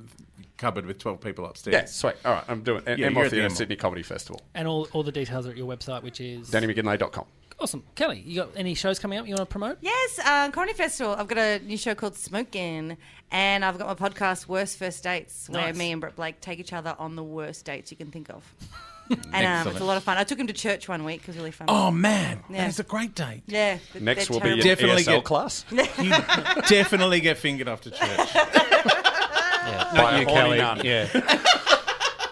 cupboard with 12 people upstairs. Yeah, sweet. All right, I'm doing it. Yeah, you're Enmore at the Theatre, Enmore. Sydney Comedy Festival. And all, all the details are at your website, which is DannyMcGinlay.com. awesome. Kelly, you got any shows coming up you want to promote? yes, uh, Comedy Festival. I've got a new show called Smokin', and I've got my podcast, Worst First Dates, where Nice. me and Brett Blake take each other on the worst dates you can think of. and um, it's a lot of fun. I took him to church one week. It was really fun. Oh, man. Yeah. That is a great date. Yeah. th- Next they're will be an terrible. Definitely ESL get- class. You definitely get fingered after church. By a you, horny Kelly. nun. Yeah.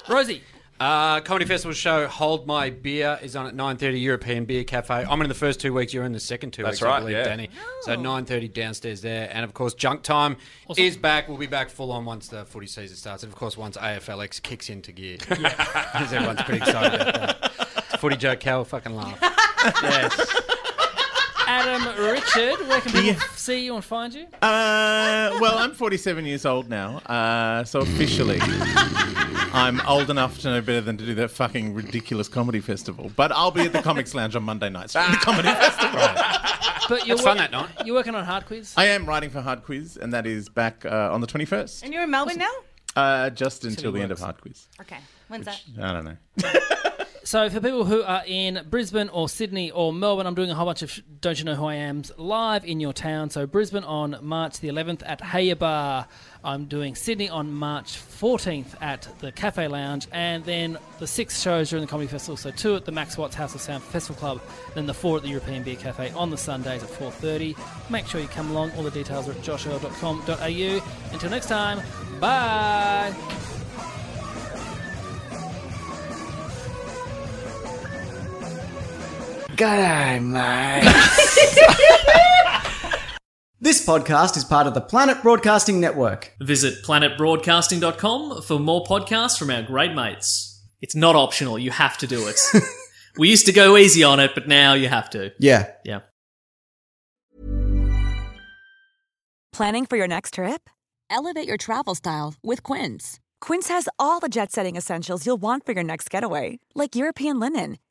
Rosie, Uh, Comedy Festival show Hold My Beer is on at 9.30 European Beer Cafe. I'm in the first two weeks. You're in the second two That's weeks, right, I believe, yeah. Danny. So Oh, 9.30 downstairs there. And, of course, Junk Time Awesome. is back. We'll be back full on once the footy season starts. And, of course, once AFLX kicks into gear. Because everyone's pretty excited about that. Footy joke, Cal, fucking laugh. yes. Adam Richard, where can people see you and find you? Uh, well, I'm 47 years old now, uh, so officially, I'm old enough to know better than to do that fucking ridiculous comedy festival. But I'll be at the Comics Lounge on Monday nights. during the comedy festival. But you're It's fun that working- night. You're working on Hard Quiz. I am writing for Hard Quiz, and that is back uh, on the 21st, And you're in Melbourne now? uh, just until the end of Hard Quiz. Okay. When's that? I don't know. So for people who are in Brisbane or Sydney or Melbourne, I'm doing a whole bunch of sh- Don't You Know Who I Am's live in your town. So Brisbane on March the 11th at Haya Bar. I'm doing Sydney on March 14th at the Cafe Lounge. And then the six shows during the Comedy Festival. So two at the Max Watts House of Sound Festival Club. Then the four at the European Beer Cafe on the Sundays at 4.30. Make sure you come along. All the details are at joshua.com.au. Until next time, bye. G'day, this podcast is part of the Planet Broadcasting Network. Visit planetbroadcasting.com for more podcasts from our great mates. It's not optional, you have to do it. we used to go easy on it, but now you have to. Yeah. Yeah. Planning for your next trip? Elevate your travel style with Quince. Quince has all the jet setting essentials you'll want for your next getaway, like European linen,